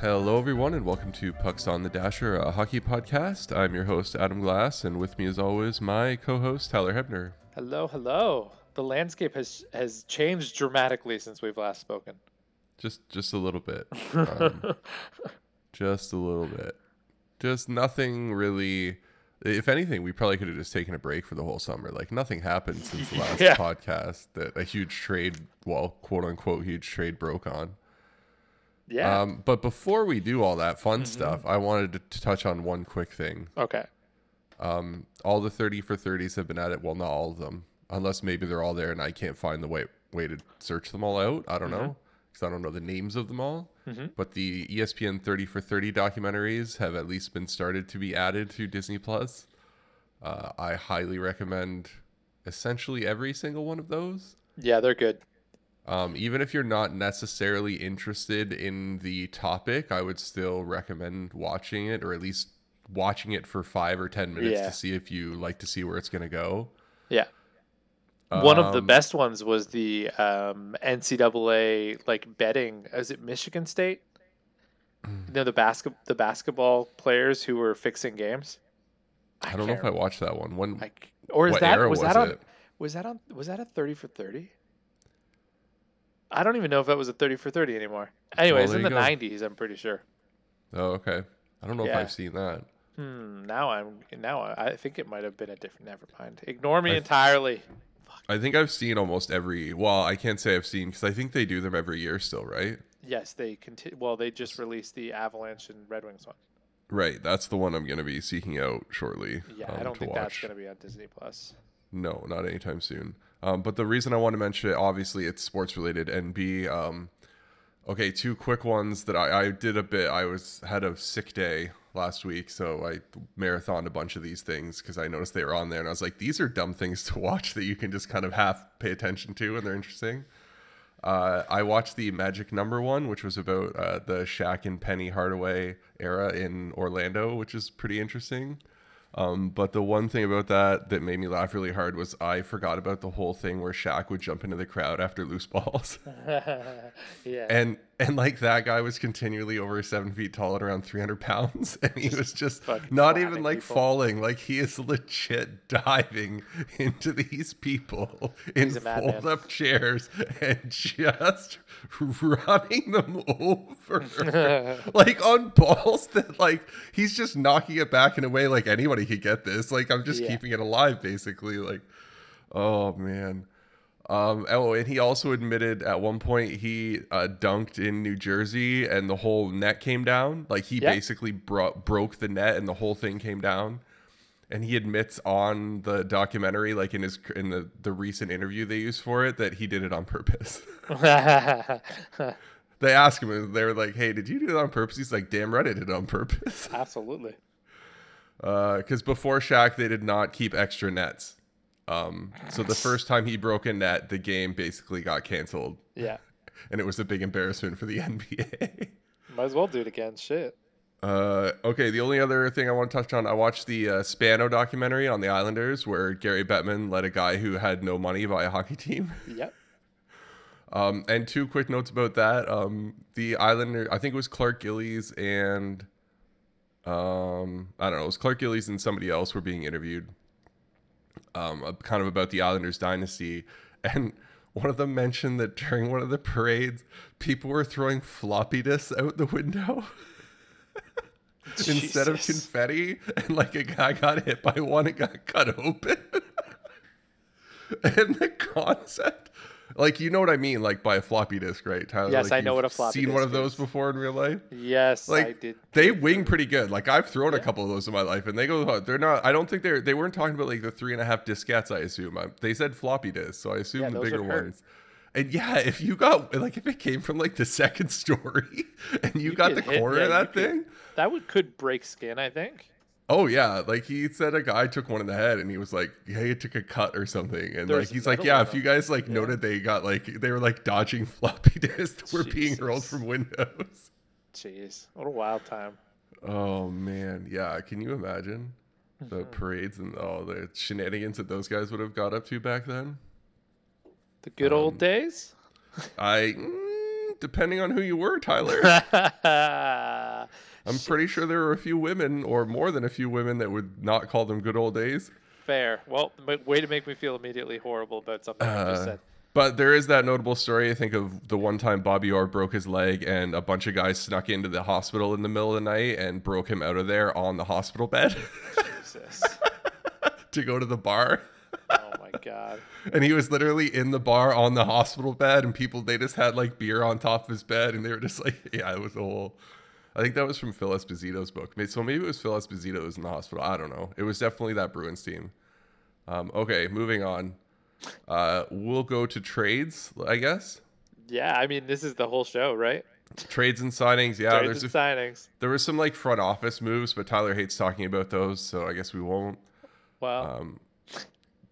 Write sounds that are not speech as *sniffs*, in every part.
Hello, everyone, and welcome to Pucks on the Dasher, a hockey podcast. I'm your host, Adam Glass, and with me, as always, my co host, Tyler Hebner. Hello, hello. The landscape has has changed dramatically since we've last spoken. Just, just a little bit. *laughs* Um, just a little bit. Just nothing really. If anything, we probably could have just taken a break for the whole summer. Like nothing happened since the last *laughs* Yeah. podcast that a huge trade, well, quote unquote, huge trade broke on. yeah. Um, but before we do all that fun stuff, I wanted to, to touch on one quick thing. okay. Um, all the 30 for 30s have been at it. Well, not all of them, unless maybe they're all there and I can't find the way, way to search them all out. I don't know because I don't know the names of them all. But the E ESPN 30 for 30 documentaries have at least been started to be added to Disney Plus. Uh, I highly recommend essentially every single one of those. Yeah, they're good. Um, even if you're not necessarily interested in the topic, I would still recommend watching it or at least watching it for five or 10 minutes Yeah. to see if you like to see where it's going to go. Yeah. One of the Um, best ones was the um, NCAA like betting. Is it Michigan State? Mm. You know the basket the basketball players who were fixing games. I don't know if I watched that one. When, I, c- or is what that era was, was that on it? was that on was that a thirty for thirty? I don't even know if that was a thirty for thirty anymore. Anyways, there in you the go. nineties, I'm pretty sure. oh, okay. I don't know if Yeah. I've seen that. Hmm. Now I'm. Now I I think it might have been a different. Never mind. Ignore me I- entirely. I think I've seen almost every, well, I can't say I've seen because I think they do them every year still, right? Yes, they continue. Well, they just released the Avalanche and Red Wings one. Right. That's the one I'm going to be seeking out shortly. Yeah, um, I don't to think that's watch. going to be on Disney Plus. No, not anytime soon. Um, but the reason I want to mention it, obviously, it's sports related, and B, um, okay, two quick ones that I, I did a bit. I was had a sick day last week, so I marathoned a bunch of these things because I noticed they were on there, and I was like, these are dumb things *laughs* to watch that you can just kind of half pay attention to, and they're interesting. Uh, I watched the Magic Number One, which was about uh, the Shaq and Penny Hardaway era in Orlando, which is pretty interesting. Um, but the one thing about that that made me laugh really hard was I forgot about the whole thing where Shaq would jump into the crowd after loose balls, *laughs* yeah. and and like that guy was continually over seven feet tall and around three hundred pounds, *laughs* and he was just fucking not slamming even like people. falling, like he is legit *laughs* diving into these people in He's a madman. fold up chairs and just running them over. *laughs* like on balls that like he's just knocking it back in a way like anybody could get this like i'm just Yeah. keeping it alive basically like oh man um oh and he also admitted at one point he uh, dunked in new jersey and the whole net came down like he Yeah. basically bro- broke the net and the whole thing came down and he admits on the documentary like in his in the the recent interview they used for it that he did it on purpose *laughs* they asked him and they were like hey did you do it on purpose he's like damn right i did it on purpose *laughs* *laughs* Absolutely. because before Shaq, they did not keep extra nets. Um, so the first time he broke a net, the game basically got canceled, Yeah. and it was a big embarrassment for the *laughs* NBA. Might as well do it again. Shit. Uh, okay, the only other thing I want to touch on, I watched the uh, Spano documentary on the Islanders, where Gary Bettman let a guy who had no money buy a hockey team. Yep. Um, and two quick notes about that. Um, the Islander, I think it was Clark Gillies and um, I don't know, it was Clark Gillies and somebody else were being interviewed, um, uh, kind of about the Islanders dynasty. *laughs* And one of them mentioned that during one of the parades, people were throwing floppy disks out the window *laughs* *laughs* instead of Jesus. confetti, and like a guy got hit by one and got cut open. *laughs* and the concept, like you know what I mean, like by a floppy disk, right, Tyler? Yes, Like, I know you've what a floppy Seen one disk of those is. before in real life? yes, I Like did. they wing pretty good. Like I've thrown a couple of those in my life, and they go. They're not. I don't think they're. They weren't talking about like the three and a half diskettes. I assume I, they said floppy disks, so I assume Yeah, the those would bigger hurt. ones. And yeah, if you got like if it came from like the second *laughs* story, and you, got could the hit- corner yeah, of you that could- thing, That would could break skin. I think. Oh yeah, like he said a guy took one in the head and he was like, "Yeah, he took a cut or something." And There like was he's like, metal "Yeah, on if you him. guys like noted they got like they were like dodging *laughs* floppy disks that were being hurled Jesus. from windows." Jeez, what a wild time. Oh man, yeah, can you imagine the parades and all the shenanigans that those guys would have got up to back then? The good old days. I mm, depending on who you were, *laughs* Tyler. I'm pretty sure there were a few women, or more than a few women, that would not call them good old days. *laughs* Fair. Well, m- way to make me feel immediately horrible about something I just Uh, said. But there is that notable story, I think, of the one time Bobby Orr broke his leg and a bunch of guys snuck into the hospital in the middle of the night and broke him out of there on the hospital bed *laughs* Jesus. to go to the bar. Oh my god. And he was literally in the bar on the hospital bed, and people, they just had like beer on top of his bed, and they were just like, *laughs* yeah, it was a whole. I think that was from Phil Esposito's book. May- So maybe it was Phil Esposito that was in the hospital. I don't know. It was definitely that Bruins team. Um, okay, moving on. Uh, we'll go to trades, I guess. Yeah, I mean this is the whole show, right? Trades and signings. Yeah, Trades there's a and signings. There was some like front office moves, but Tyler hates talking about those, so I guess we won't. Well, Um,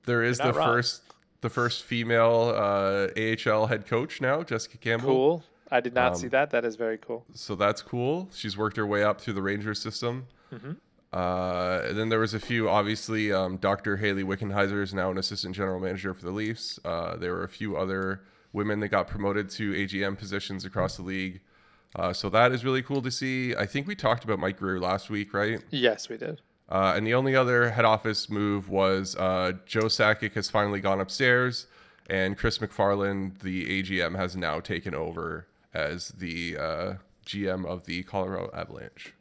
there is You're the not wrong. first the first female uh, AHL head coach now, Jessica Campbell. cool. I did not um, see that. That is very cool. So that's cool. She's worked her way up through the Rangers system. Mhm. Uh, and then there was a few. Obviously, um, Dr. Haley Wickenheiser is now an assistant general manager for the Leafs. Uh, there were a few other women that got promoted to AGM positions across the league. Uh, so that is really cool to see. I think we talked about Mike Greer last week, right? Yes, we did. Uh, and the only other head office move was uh, Joe Sakic has finally gone upstairs, and Chris McFarland, the AGM, has now taken over as the uh, GM of the Colorado Avalanche.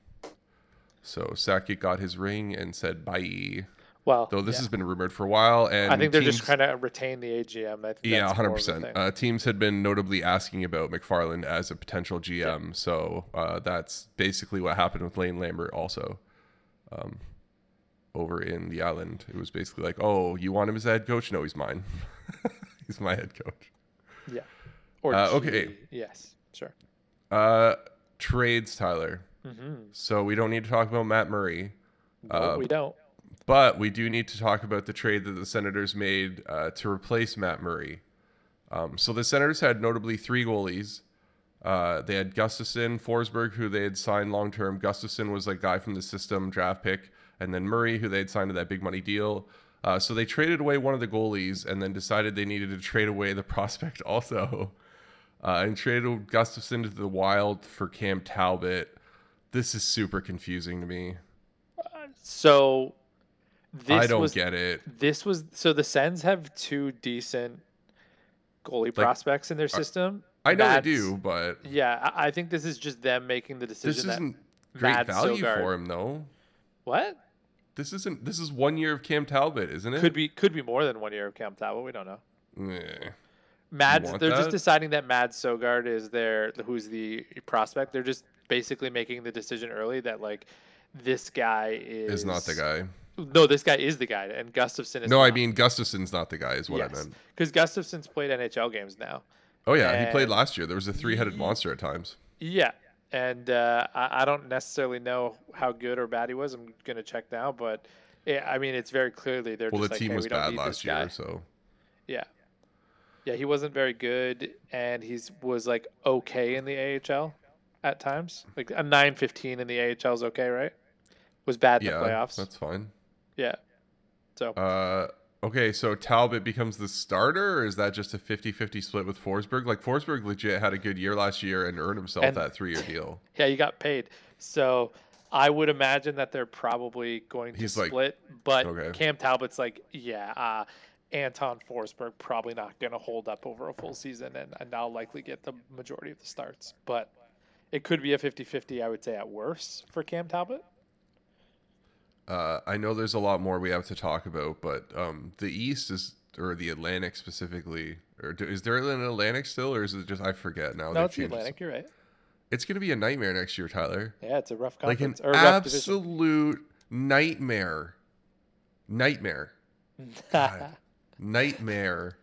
So Sakic got his ring and said bye. Well, Though this yeah. has been rumored for a while, and I think they're just teams- trying to retain the AGM. I think yeah, that's more hundred of a percent. thing. Uh, teams had been notably asking about McFarland as a potential GM, so uh, that's basically what happened with Lane Lambert. Also, um, over in the island, it was basically like, "Oh, you want him as a head coach? No, he's mine. *laughs* he's my head coach." Or uh, okay. G- Yes, sure. Uh, trades, Tyler. hmm So we don't need to talk about Matt Murray, No, Uh, we don't. but we do need to talk about the trade that the Senators made uh, to replace Matt Murray. Um, so the Senators had notably three goalies. Uh, they had Gustafson, Forsberg, who they had signed long term. Gustafson was a guy from the system draft pick, and then Murray, who they had signed to that big money deal. Uh, so they traded away one of the goalies, and then decided they needed to trade away the *laughs* prospect also, uh, and traded Gustafson to the Wild for Cam Talbot. This is super confusing to me. So this I don't was get it. this was so the Sens have two decent goalie prospects in their system. I know they Matt's- do, but Yeah, I, I think this is just them making the this decision. that, isn't great Matt value Sogard- for him though. what This isn't. This is one year of Cam Talbot, isn't it? could be could be more than one year of Camp Talbot. We don't know. Meh. Mads, want they're just that? deciding that Mads Sogard is their who's the prospect. They're just basically making the decision early that like this guy is is not the guy. No, this guy is the guy, and Gustafson is. No, I not. mean Gustafson's not the guy. Is what I Yes. meant. because Gustafson's played NHL games now. Oh yeah, he played And- last year. There was a three-headed monster at times. Yeah, and uh, I, I don't necessarily know how good or bad he was. I'm gonna check now, but yeah, I mean it's very clearly they're Well, the just like, team "Hey, was we don't bad need last this guy." year, so Yeah, yeah, he wasn't very good, and he's was like okay in the AHL at times. Like a nine fifteen in the AHL is okay, right? Was bad in yeah, the playoffs. that's fine. Yeah, so Uh, okay, so Talbot becomes the starter, or is that just a 50-50 split with Forsberg? Like Forsberg legit had a good year last year and earned himself And- that three-year deal. Yeah, you got paid. So I would imagine that they're probably going to He's like- split, but okay. Cam Talbot's like, yeah, uh, Anton Forsberg probably not going to hold up over a full season, and, and I'll likely get the majority of the starts. But it could be a 50 50, I would say, at worst for Cam Talbot. Oh, Uh, I know there's a lot more we have to talk about, but um, the East is or the Atlantic specifically, or do, is there an Atlantic still, or is it just I forget now? no, they've it's the changed it. Atlantic. You're right. It's gonna be a nightmare next year, Tyler. Yeah, it's a rough Like an conference or a rough division. absolute nightmare, nightmare, *laughs* God. nightmare,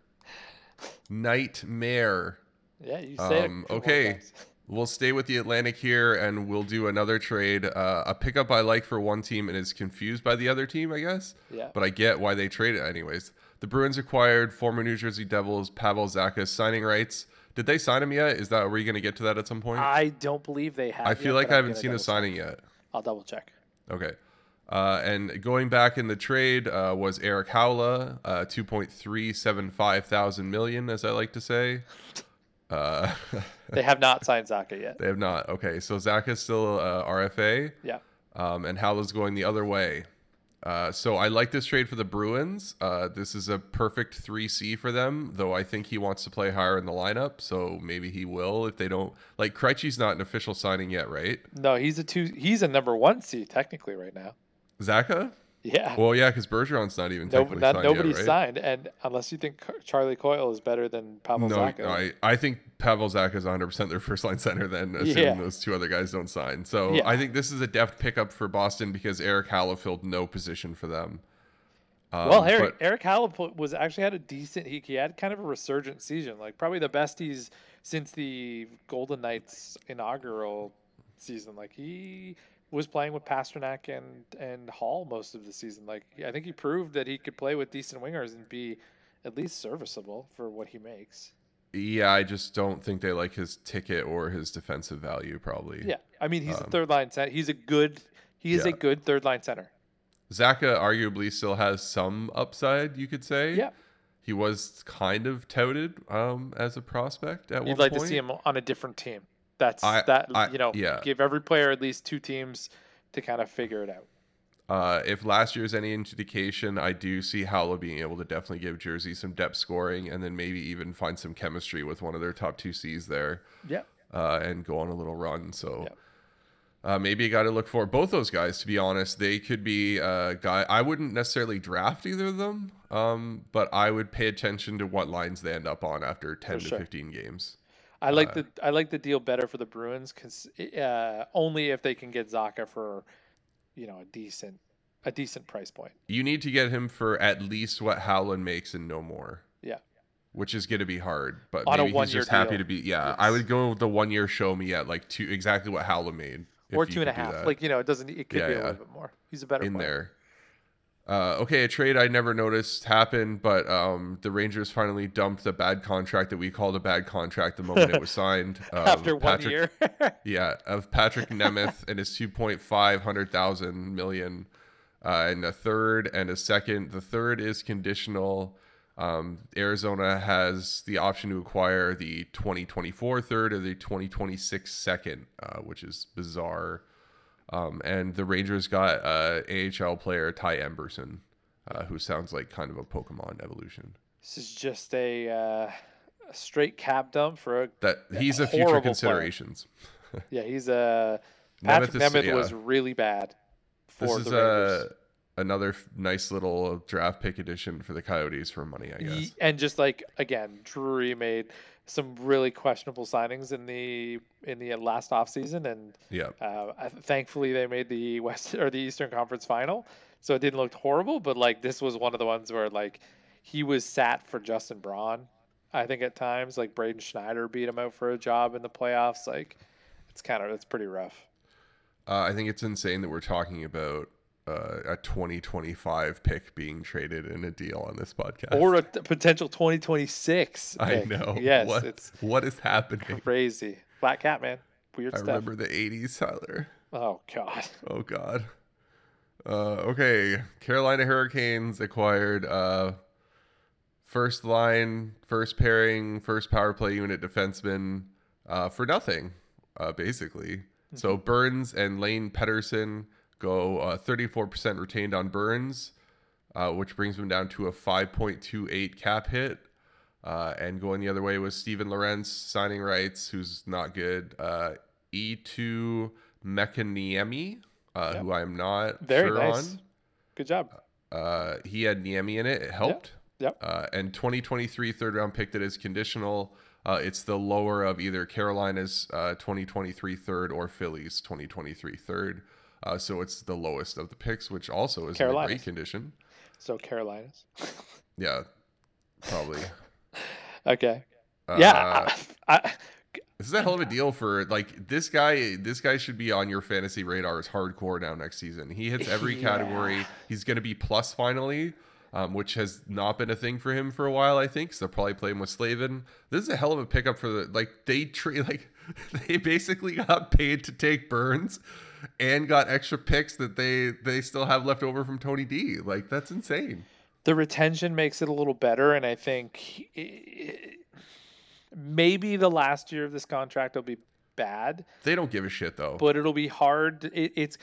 nightmare. yeah, you say Um, it. a couple more okay. times. We'll stay with the Atlantic here, and we'll do another trade. Uh, a pickup I like for one team and is confused by the other team, I guess. Yeah. but I get why they trade it anyways. The Bruins acquired former New Jersey Devils Pavel Zakas signing rights. Did they sign him yet? Is that are we going to get to that at some point? I, I don't believe they have. yet, feel like Uh, but I I'm haven't gonna seen a double check. signing yet. I'll double check. Okay. Uh, and going back in the trade uh, was Eric Howla, uh, 2.375 thousand million, as I like to say. Uh, *laughs* They have not signed Zaka yach yet. they have not. Okay, so Zach is still uh, RFA. Yeah. um, and Howlow's going the other way. Uh, so I like this trade for the Bruins. Uh, this is a perfect 3C for them, though I think he wants to play higher in the lineup, so maybe he will if they don't. Like, Krejci's not an official signing yet, right? No, he's a two. He's a number one C technically right now. Zaka? Yeah. Well, yeah, because Bergeron's not even No, technically not, signed nobody's yet, right? signed, and unless you think Car- Charlie Coyle is better than Pavel no, Zaka, no, I, I think Pavel Zaka is 100% their first line center then, assuming Yeah. those two other guys don't sign. So Yeah. I think this is a deft pickup for Boston because Eric Hallow filled no position for them. Um, well, Eric but- Eric Hallip was actually had a decent. He, he had kind of a resurgent season, like probably the best he's since the Golden Knights inaugural season. Like he was playing with Pasternak and and Hall most of the season. Like I think he proved that he could play with decent wingers and be at least serviceable for what he makes. Yeah, I just don't think they like his ticket or his defensive value. Probably. Yeah, I mean he's Um, a third line center. He's a good. He is yeah. a good third line center. Zaka arguably still has some upside. You could say. Yeah. He was kind of touted um, as a prospect at one You'd like point. to see him on a different team. That's I- that I- you know yeah. give every player at least two teams to kind of figure it out. Uh, if last year's any indication, I do see Howlow being able to definitely give Jersey some depth scoring, and then maybe even find some chemistry with one of their top two C's there. Yeah. uh, and go on a little run. So Yep. uh, maybe you got to look for both those guys. To be honest, they could be uh, guy. I wouldn't necessarily draft either of them, um, but I would pay attention to what lines they end up on after ten to sure. fifteen games. I like the Uh, I like the deal better for the Bruins cuz uh, only if they can get Zaka for you know a decent a decent price point. You need to get him for at least what Howland makes and no more. Yeah. Which is going to be hard, but On a maybe he's one-year just happy deal. to be. Yeah, I Yes. would go with the one year show me at like two exactly what Howland made, if or you two and a could do half. that. Like you know, it doesn't it could Yeah, be yeah. a little bit more. He's a better in player. there. Uh, okay, a trade I never noticed happen, but um, the Rangers finally dumped the bad contract that we called a bad contract the moment *laughs* it was signed. of After one Um, Patrick, year. *laughs* yeah, of Patrick Nemeth and his two point five hundred thousand million, uh, and a third and a second. The third is conditional. Um, Arizona has the option to acquire the 2024 third or the 2026 second, uh, which is bizarre. Um, and the Rangers got uh, AHL player Ty Emberson, uh, who sounds like kind of a Pokemon evolution. this is just a, uh, a straight cap dump for a *laughs* That he's a future Horrible player. considerations. Yeah, he's a Nemeth Patrick is- Nemeth yeah. was really bad for This is the Rangers. uh, another f- nice little draft pick addition for the Coyotes for money, I guess. Ye- and just like again, Drury made some really questionable signings in the in the last offseason and yeah. uh, I- thankfully they made the West or the Eastern Conference final. So it didn't look horrible, but like this was one of the ones where like he was sat for Justin Braun. I think at times like Braden Schneider beat him out for a job in the playoffs. Like it's kind of it's pretty rough. Uh, I think it's insane that we're talking about uh, a 2025 pick being traded in a deal on this podcast. Or a t- potential 2026. *laughs* I pick. know. Yes, What, it's what is happening? crazy. Flat cat man. Weird I stuff. remember the 80s, Tyler. Oh god. *laughs* Oh, God. Uh, okay. Carolina Hurricanes acquired uh, first line, first pairing, first power play unit defenseman uh, for nothing, uh, basically. So Mm-hmm. Burns and Lane Pedersen go uh, 34% retained on Burns, uh, which brings them down to a 5.28 cap hit. Uh, and going the other way was Steven Lorenz signing rights, who's not good. Uh, E2 Mekaniemi, uh, Yep. who I am not Very sure nice. on. Good job. Uh, he had Niemi in it. It helped. Yep. Uh, and 2023 third round pick that is conditional. Uh, it's the lower of either Carolina's uh, 2023 third or Philly's 2023 third. Uh, so it's the lowest of the picks, which also is in a great Carolina's. condition. So Carolinas. *laughs* Yeah, probably. Okay. Uh, *laughs* Yeah. I- I- this is a hell of a deal for like this guy. This guy should be on your fantasy radars hardcore now next season. He hits every *laughs* Yeah. category. He's going to be plus finally, um, which has not been a thing for him for a while. I think so. They'll probably play him with Slavin. This is a hell of a pickup for the like they trade *laughs* like they basically got paid to take Burns and got extra picks that they they still have left over from Tony D. Like that's insane. the retention makes it a little better, and I think he- Maybe the last year of this contract will be bad, They don't give a shit though. but it'll be hard. It, it's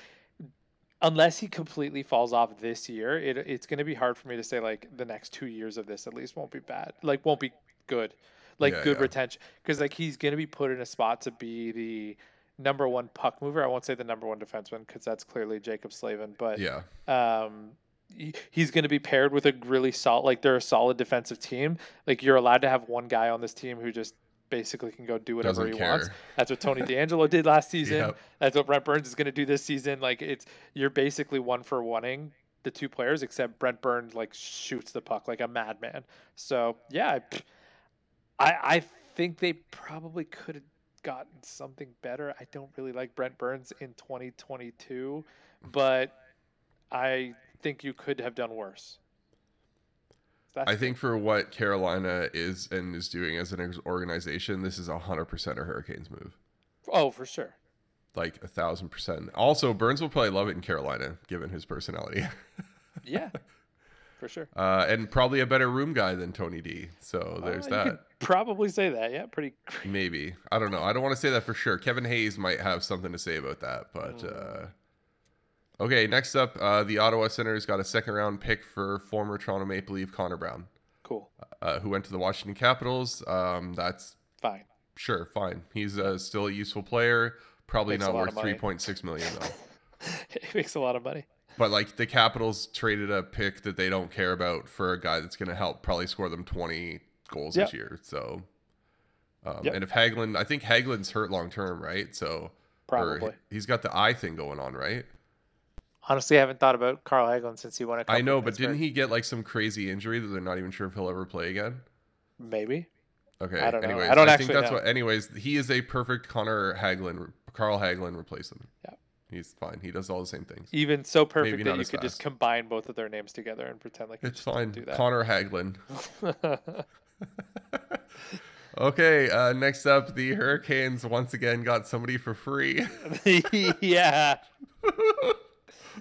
unless he completely falls off this year, it, it's going to be hard for me to say like the next two years of this at least won't be bad. Like won't be good. Like Yeah, good yeah. retention because like he's going to be put in a spot to be the number one puck mover. I won't say the number one defenseman because that's clearly Jacob Slavin, but yeah. um, he- he's going to be paired with a really solid, like they're a solid defensive team. Like you're allowed to have one guy on this team who just basically can go do whatever Doesn't he care. wants. That's what Tony D'Angelo did last season. Yep. That's what Brent Burns is going to do this season. Like it's you're basically one for oneing the two players, except Brent Burns like shoots the puck like a madman. So yeah, I pff, I, I think they probably could have gotten something better. I don't really like Brent Burns in 2022, but I think you could have done worse. That's I think for what Carolina is and is doing as an organization, this is 100% a Hurricanes move. oh for sure. Like a thousand percent. Also, Burns will probably love it in Carolina, given his personality, *laughs* Yeah, for sure. uh, and probably a better room guy than Tony D. So there's Uh, that. You could probably say that. Yeah, pretty. cr- Maybe I don't know. I don't want to say that for sure. Kevin Hayes might have something to say about that, but Mm. uh, okay. Next up, uh, the Ottawa Senators got a second round pick for former Toronto Maple Leaf Connor Brown, Cool. uh, who went to the Washington Capitals. Um, that's Fine. *laughs* sure fine. He's uh, still a useful player. Probably Makes a not lot worth of money. three point six million *laughs* though. it makes a lot of money. But like the Capitals traded a pick that they don't care about for a guy that's going to help probably score them 20 goals Yep. this year. So, um, Yep. and if Haglin, I think Hagelin's hurt long term, right? So, or Probably. he- he's got the eye thing going on, right? Honestly, I haven't thought about Carl Hagelin since he won a cup. I with know, but Pittsburgh. didn't he get like some crazy injury that they're not even sure if he'll ever play again? Maybe. Okay. I don't know. I anyways, don't think actually that's know. what. Anyways, he is a perfect Connor Haglin, Carl Haglin replacement. Yeah. he's fine. He does all the same things. Even so perfect Maybe that not you as could just fast. combine both of their names together and pretend like you It's just didn't fine. Do that. Connor Haglin. Okay, uh, next up, the Hurricanes once again got somebody for free. *laughs* *laughs* yeah.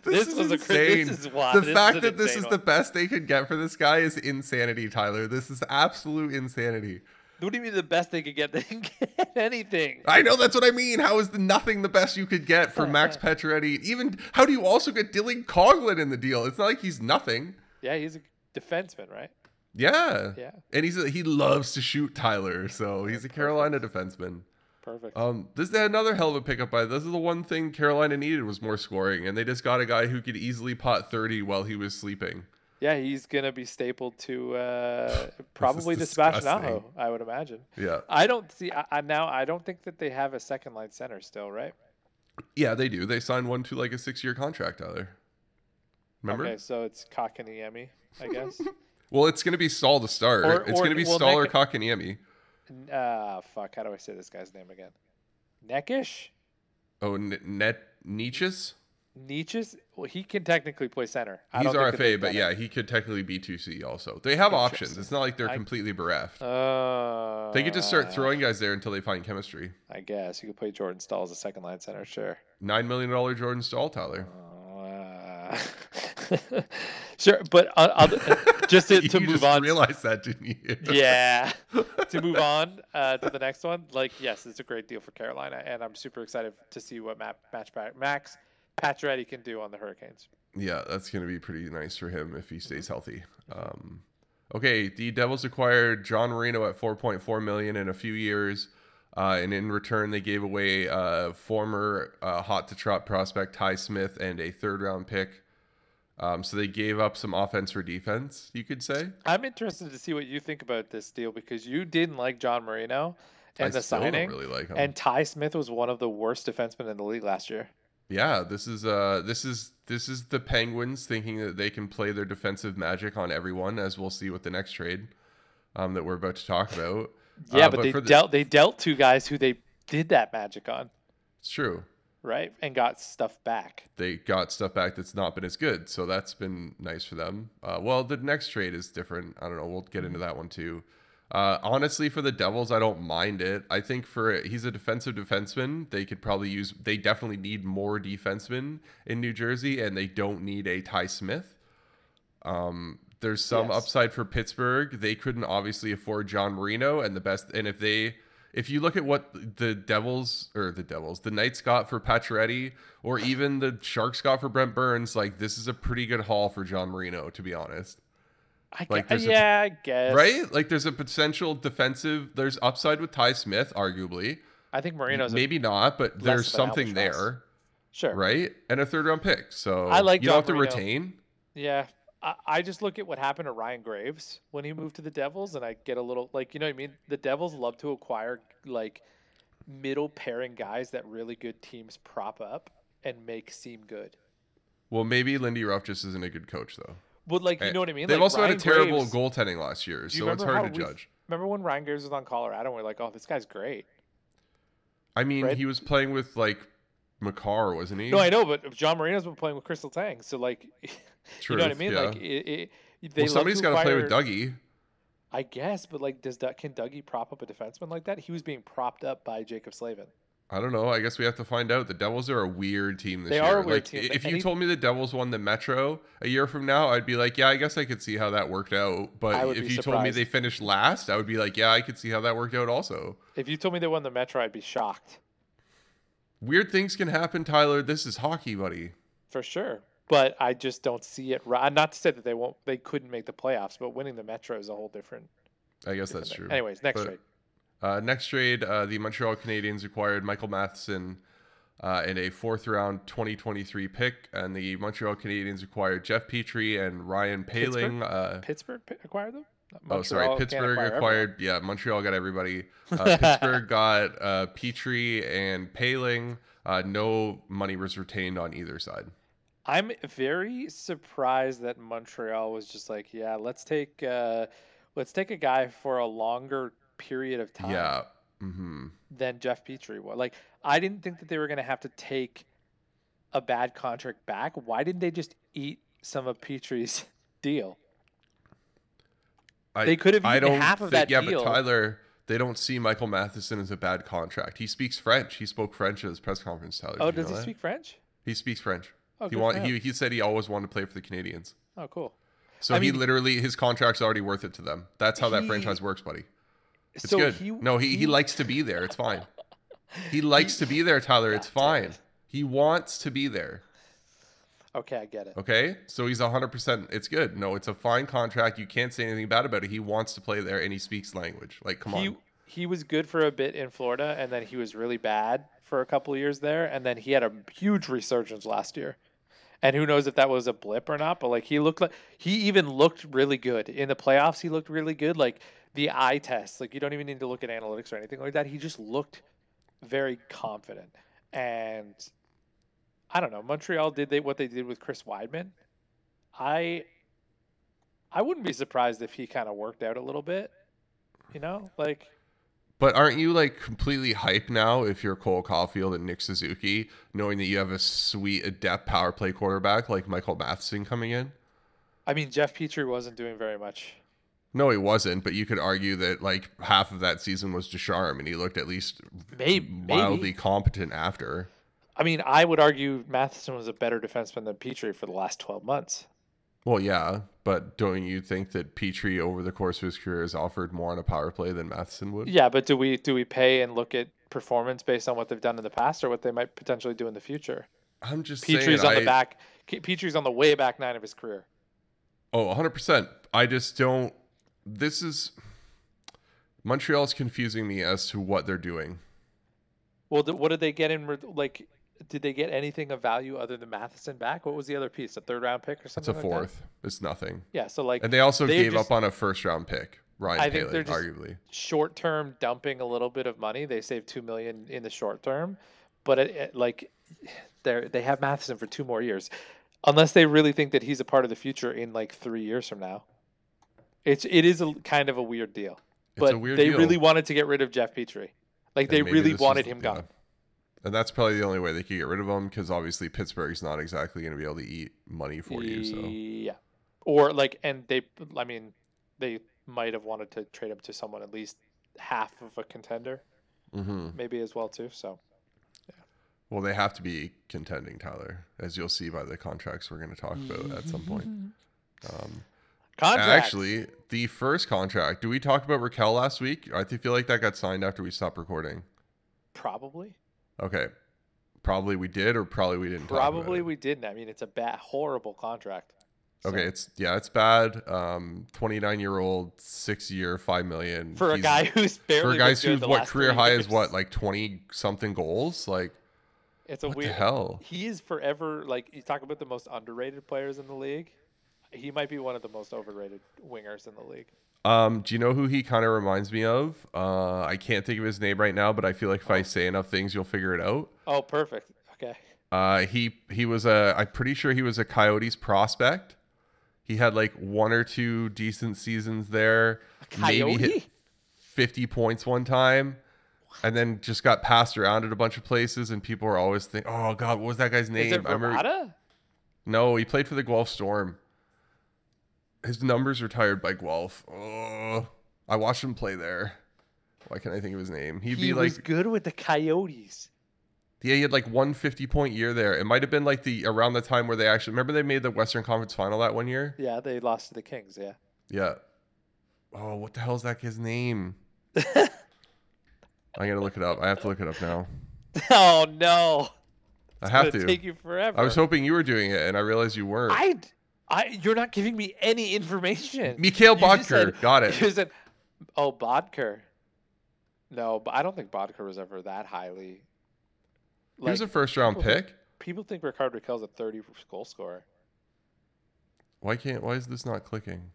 This was a cra- this is wild. The This is fact an that this insane is one. the best they could get for this guy is insanity, Tyler. This is absolute insanity. What do you mean the best they could get? *laughs* They can get anything. I know that's what I mean. How is the nothing the best you could get for Max Pacioretty? Even how do you also get Dylan Coughlin in the deal? It's not like he's nothing. Yeah, he's a defenseman, right? Yeah, Yeah. and he's a, he loves to shoot, Tyler. So he's a Carolina defenseman. Perfect. Um, this is another hell of a pickup by. This is the one thing Carolina needed was more scoring, and they just got a guy who could easily pot thirty while he was sleeping. yeah, he's gonna be stapled *laughs* to uh, probably to disgusting. Sebastian Aho, I would imagine. Yeah, I don't see. I, I now. I don't think that they have a second line center still, right? yeah, they do. They signed one to like a six-year contract, Tyler. Remember? Okay, so it's Cock and Yemi, I guess. Well, it's gonna be Saul to start. Or- it's or- gonna be well, Staller, Nick- Cock, and Yemi. N- Ah, fuck. How do I say this guy's name again? Neckish? Oh, N- Net Nietzsche's. Nietzsche's? Well, he can technically play center. I He's don't think that RFA, they've but done yeah, he could technically be two C also. They have options. Interesting. It's not like they're I- completely bereft. it. Uh, they could just start throwing guys there until they find chemistry. I guess you could play Jordan Stahl as a second line center, sure. Nine million dollar Jordan Stahl, Tyler. Uh, *laughs* sure, but uh, other, *laughs* just to, to *laughs* you move just on. realized that, didn't you? *laughs* yeah. *laughs* to move on uh, to the next one, like yes, it's a great deal for Carolina, and I'm super excited to see what Matt, Match Max Pacioretty can do on the Hurricanes. Yeah, that's going to be pretty nice for him if he stays healthy. Um, okay, the Devils acquired John Marino at 4.4 million in a few years, uh, and in return they gave away uh, former uh, hot to trot prospect Ty Smith and a third round pick. Um, so they gave up some offense for defense, you could say. I'm interested to see what you think about this deal because you didn't like John Marino and I the still signing, don't really like him. and Ty Smith was one of the worst defensemen in the league last year. yeah, this is uh, this is this is the Penguins thinking that they can play their defensive magic on everyone, as we'll see with the next trade um, that we're about to talk *laughs* about. Yeah, Uh, but, but they for the- dealt they dealt two guys who they did that magic on, It's true. right, and got stuff back. they got stuff back that's not been as good. So that's been nice for them. Uh, well, the next trade is different. I don't know. We'll get into that one too. Uh, honestly, for the Devils, I don't mind it. I think for he's a defensive defenseman. They could probably use. They definitely need more defensemen in New Jersey, and they don't need a Ty Smith. Um, There's some Yes. upside for Pittsburgh. They couldn't obviously afford John Marino and the best. And if they, if you look at what the Devils or the Devils, the Knights got for Pacioretty, or even the Sharks got for Brent Burns, like this is a pretty good haul for John Marino, to be honest. I Like, gue- there's a- yeah, I guess. Right? Like there's a potential defensive. There's upside with Ty Smith, arguably. I think Marino's a, Maybe not, but there's of an something albatross. there, sure. right? And a third round pick. So I like you don't John have to Marino. retain. Yeah. I, I just look at what happened to Ryan Graves when he moved to the Devils, and I get a little like you know what I mean. The Devils love to acquire like middle pairing guys that really good teams prop up and make seem good. Well, maybe Lindy Ruff just isn't a good coach, though. But like you Hey, know what I mean. Eh, They've like, also Ryan had a terrible Graves- goaltending last year, Do you so it's remember hard to how we- judge. Remember when Ryan Graves was on Colorado? and We're like, oh, this guy's great. I mean, right? he was playing with like Makar, wasn't he? No, I know, but John Marino's been playing with Crystal Tang, so like, *laughs* you know what I Truth, mean. yeah. Like, it, it, they well, somebody's got got to play with Dougie. I guess, but like, does Doug, can Dougie prop up a defenseman like that? He was being propped up by Jacob Slavin. I don't know. I guess we have to find out. The Devils are a weird team this They year. are a weird like, team. If Any- you told me the Devils won the Metro a year from now, I'd be like, yeah, I guess I could see how that worked out. I But would if you be told me surprised. they finished last, I would be like, yeah, I could see how that worked out also. If you told me they won the Metro, I'd be shocked Weird things can happen, Tyler. This is hockey, buddy. for sure. But I just don't see it. Right. Not to say that they won't, they couldn't make the playoffs, but winning the Metro is a whole different. I guess different that's thing. true. Anyways, next But- trade. Uh, next trade, uh, the Montreal Canadiens acquired Michael Matheson uh, in a fourth round 2023 pick, and the Montreal Canadiens acquired Jeff Petrie and Ryan Paling. Pittsburgh? Uh, Pittsburgh p- acquired them. oh, sorry, Montreal can't Pittsburgh acquire everyone. acquired. Yeah, Montreal got everybody. *laughs* Uh, Pittsburgh got uh, Petrie and Paling. Uh, no money was retained on either side. I'm very surprised that Montreal was just like, yeah, let's take uh, let's take a guy for a longer period of time Yeah. hmm than Jeff Petrie was. Like, I didn't think that they were gonna have to take a bad contract back. Why didn't they just eat some of Petrie's *laughs* deal? I- they could have I eaten don't half of think- that yeah, deal. but Tyler, they don't see Michael Matheson as a bad contract. He speaks French. He spoke French at his press conference. Tyler, oh, Did you does know he that? speak French? He speaks French. Oh, he good want for he, he said he always wanted to play for the Canadians. Oh, cool. So I he mean- literally his contract's already worth it to them. That's how that He- franchise works, buddy. It's so good. he no, he, he likes to be there. It's *laughs* fine. He likes to be there, Tyler. It's fine. He wants to be there. Okay, I get it. Okay? So he's 100%. It's good. No, it's a fine contract. You can't say anything bad about it. He wants to play there and he speaks language. Like, come he on. he was good for a bit in Florida, and then he was really bad for a couple of years there, and then he had a huge resurgence last year. And who knows if that was a blip or not? But like he looked like he even looked really good in the playoffs. He looked really good. Like the eye test, like you don't even need to look at analytics or anything like that. He just looked very confident. And I don't know. Montreal did they what they did with Chris Weidman. I I wouldn't be surprised if he kind of worked out a little bit. You know, like But aren't you like completely hype now if you're Cole Caulfield and Nick Suzuki, knowing that you have a sweet, adept power play quarterback like Michael Matheson coming in? I mean, Jeff Petrie wasn't doing very much. No, he wasn't, but you could argue that like half of that season was Desharm and he looked at least Maybe, mildly competent after. I mean, I would argue Matheson was a better defenseman than Petrie for the last 12 months. Well, yeah, but don't you think that Petrie over the course of his career has offered more on a power play than Matheson would? Yeah, but do we do we pay and look at performance based on what they've done in the past or what they might potentially do in the future? I'm just Petrie's saying on the I- back. Petrie's on the way back nine of his career. Oh, 100%. I just don't this is Montreal's confusing me as to what they're doing. Well, th- what did they get in? re- Like, did they get anything of value other than Matheson back? What was the other piece? A third round pick or It's a something? like that? fourth. It's nothing. Yeah. So like And they also They're gave just- up on a first round pick, Ryan I think Paley, they're just- arguably. short term dumping a little bit of money. They save two million in the short term, but it, it- like they they have Matheson for two more years, unless they really think that he's a part of the future in like three years from now. It's it is a kind of a weird deal, It's but a weird they deal. really wanted to get rid of Jeff Petrie, like they And maybe really this wanted is- him yeah. gone. And that's probably the only way they could get rid of him because obviously Pittsburgh's not exactly going to be able to eat money for you. So Yeah, or like, and they I mean they might have wanted to trade him to someone at least half of a contender, Mhm. maybe as well too. So. well, they have to be *laughs* contending, Tyler, as you'll see by the contracts we're going to talk about at some point. Um, Contracts. Actually, the first contract. Do we talk about Raquel last week? I th- feel like that got signed after we stopped recording. probably, Okay. Probably we did, or probably we didn't. talk about probably it. we didn't. I mean, it's a bad, horrible contract. So, Okay, it's yeah, it's bad. Um, twenty nine year old, six year, five million for a He's- guy who's barely for been guys good who's the what last career three high is years. what like twenty something goals. Like It's a what weird. the hell? He is forever like you talk about the most underrated players in the league. He might be one of the most overrated wingers in the league. Um, do you know who he kind of reminds me of? Uh, I can't think of his name right now, but I feel like if I say enough things, you'll figure it out. Oh, perfect. Okay. Uh, he he was a I'm pretty sure he was a Coyotes prospect. He had like one or two decent seasons there. Coyote. hit 50 points one time, and then just got passed around at a bunch of places, and people are always think, "Oh God, what was that guy's name?" Is it Ramada? No, he played for the Guelph Storm. His numbers retired by Guelph. Oh, I watched him play there. Why can't I think of his name? He'd He be like, was good with the Coyotes. yeah, he had like one fifty point year there. It might have been like the around the time where they actually remember they made the Western Conference Final that one year. Yeah, they lost to the Kings. Yeah. *laughs* Yeah. Oh, what the hell is that kid's name? *laughs* I gotta look it up. I have to look it up now. oh no. I have It'll Take to. you forever. I was hoping you were doing it, and I realized you weren't. I, I, you're not giving me any information. Mikhail You just Bodker said- *laughs* got You it. said, oh, Bodker. No, but I don't think Bodker was ever that highly. he was a first round people pick. think- people think Ricard Raquel's a 30 goal scorer. Why can't? Why is this not clicking?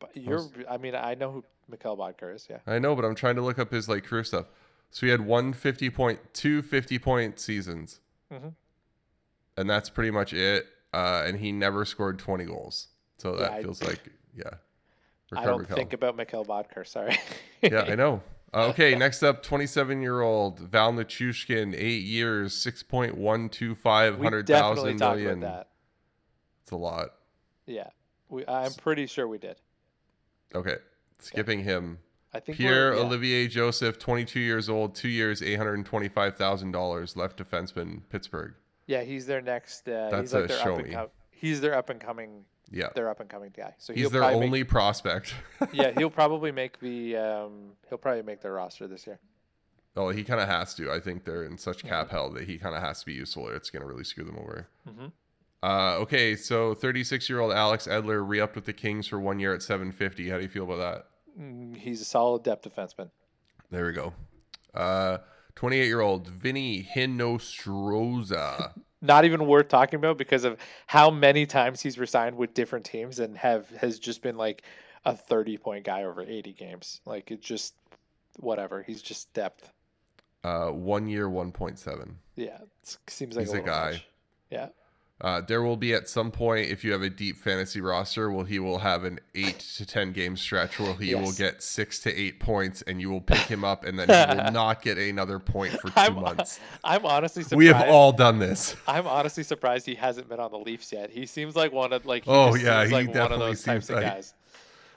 But you're, was- I mean, I know who Mikhail Bodker is. Yeah. I know, but I'm trying to look up his like career stuff. So he had one 50 point, two 50 point seasons, Mhm. and that's pretty much it. Uh, and he never scored 20 goals, so that Yeah, I- feels like yeah. I Ricard don't Raquel. think about Mikhail Bodker. Sorry. *laughs* yeah, I know. Uh, okay, next up, 27 year old Val Nichushkin, eight years, 6.125, *laughs* we 100,000 definitely talked million. about that. It's a lot. Yeah. We, I'm pretty sure we did. Okay, skipping him. I think we're- Pierre yeah. Olivier Joseph, 22 years old, two years, $825,000, left defenseman, Pittsburgh. Yeah, he's their next. Uh, That's he's like a their show up and me. com- He's their up and coming. Yeah. Their up and coming guy. So He's he'll their probably make- only *laughs* prospect. *laughs* yeah, he'll probably make the. Um, he'll probably make their roster this year. oh, he kind of has to. I think they're in such cap hell that he kind of has to be useful or it's going to really screw them over. Mhm. Uh, okay, so 36 year old Alex Edler re upped with the Kings for one year at 750. How do you feel about that? Mm, He's a solid depth defenseman. There we go. Uh, 28 year old Vinny Hinostroza. Not even worth talking about because of how many times he's resigned with different teams and have has just been like a thirty point guy over eighty games. Like it just whatever. He's just depth. uh, one year, 1.7. Yeah, it seems like He's a, a little guy. much. Yeah, Uh, there will be at some point if you have a deep fantasy roster, well, he will have an eight to ten game stretch where he will Yes. get six to eight points, and you will pick him up, and then he *laughs* will not get another point for 2 I'm- *laughs* months. I'm honestly surprised. We have all done this. *laughs* I'm honestly surprised he hasn't been on the Leafs yet. He seems like one of like he Oh, just yeah, seems he like one of definitely those types seems of like- Oh, guys.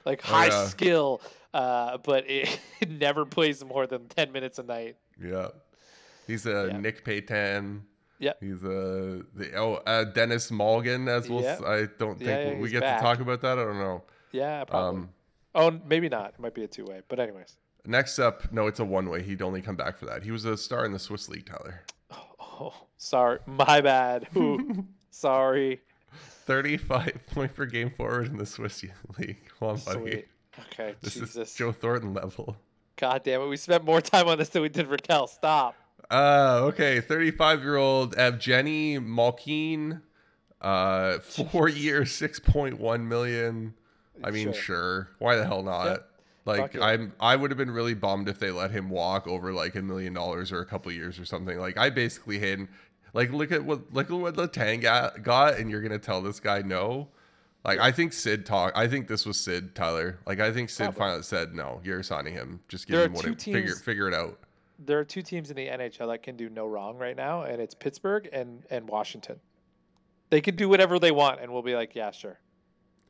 Like high yeah. skill, uh, but it, *laughs* it never plays more than ten minutes a night. Yeah, he's a Yeah. Nick Payton. Yep. he's a the oh uh, Dennis Morgan as well. Yep. I don't think Yeah, yeah, we he's get back. to talk about that. I don't know. Yeah, probably. Um, oh, n- maybe not. It might be a two way, but anyways. next up, no, it's a one way. He'd only come back for that. He was a star in the Swiss League, Tyler. Oh, sorry, my bad. Ooh, sorry. 35 *laughs* point per game forward in the Swiss *laughs* League. Come on, buddy. Sweet. Okay, This is Jesus. Joe Thornton level. God damn it. We spent more time on this than we did Raquel. Stop. Uh, okay. 35 year old Evgeny Malkin, uh, four years, 6.1 million. I mean, sure. Sure. Why the hell not? Yep. Like Fuck yeah. I'm, I would have been really bummed if they let him walk over like a million dollars or a couple years or something. Like I basically hid, like look at what look at what Letang got, got, and you're gonna tell this guy no. Like I think Sid talk. I think this was Sid Tyler. Like I think Sid Probably. finally said no. You're signing him. Just give There are him what two it, figure teams- figure it out. There are two teams in the NHL that can do no wrong right now, and it's Pittsburgh and, and Washington. They can do whatever they want, and we'll be like, yeah, sure.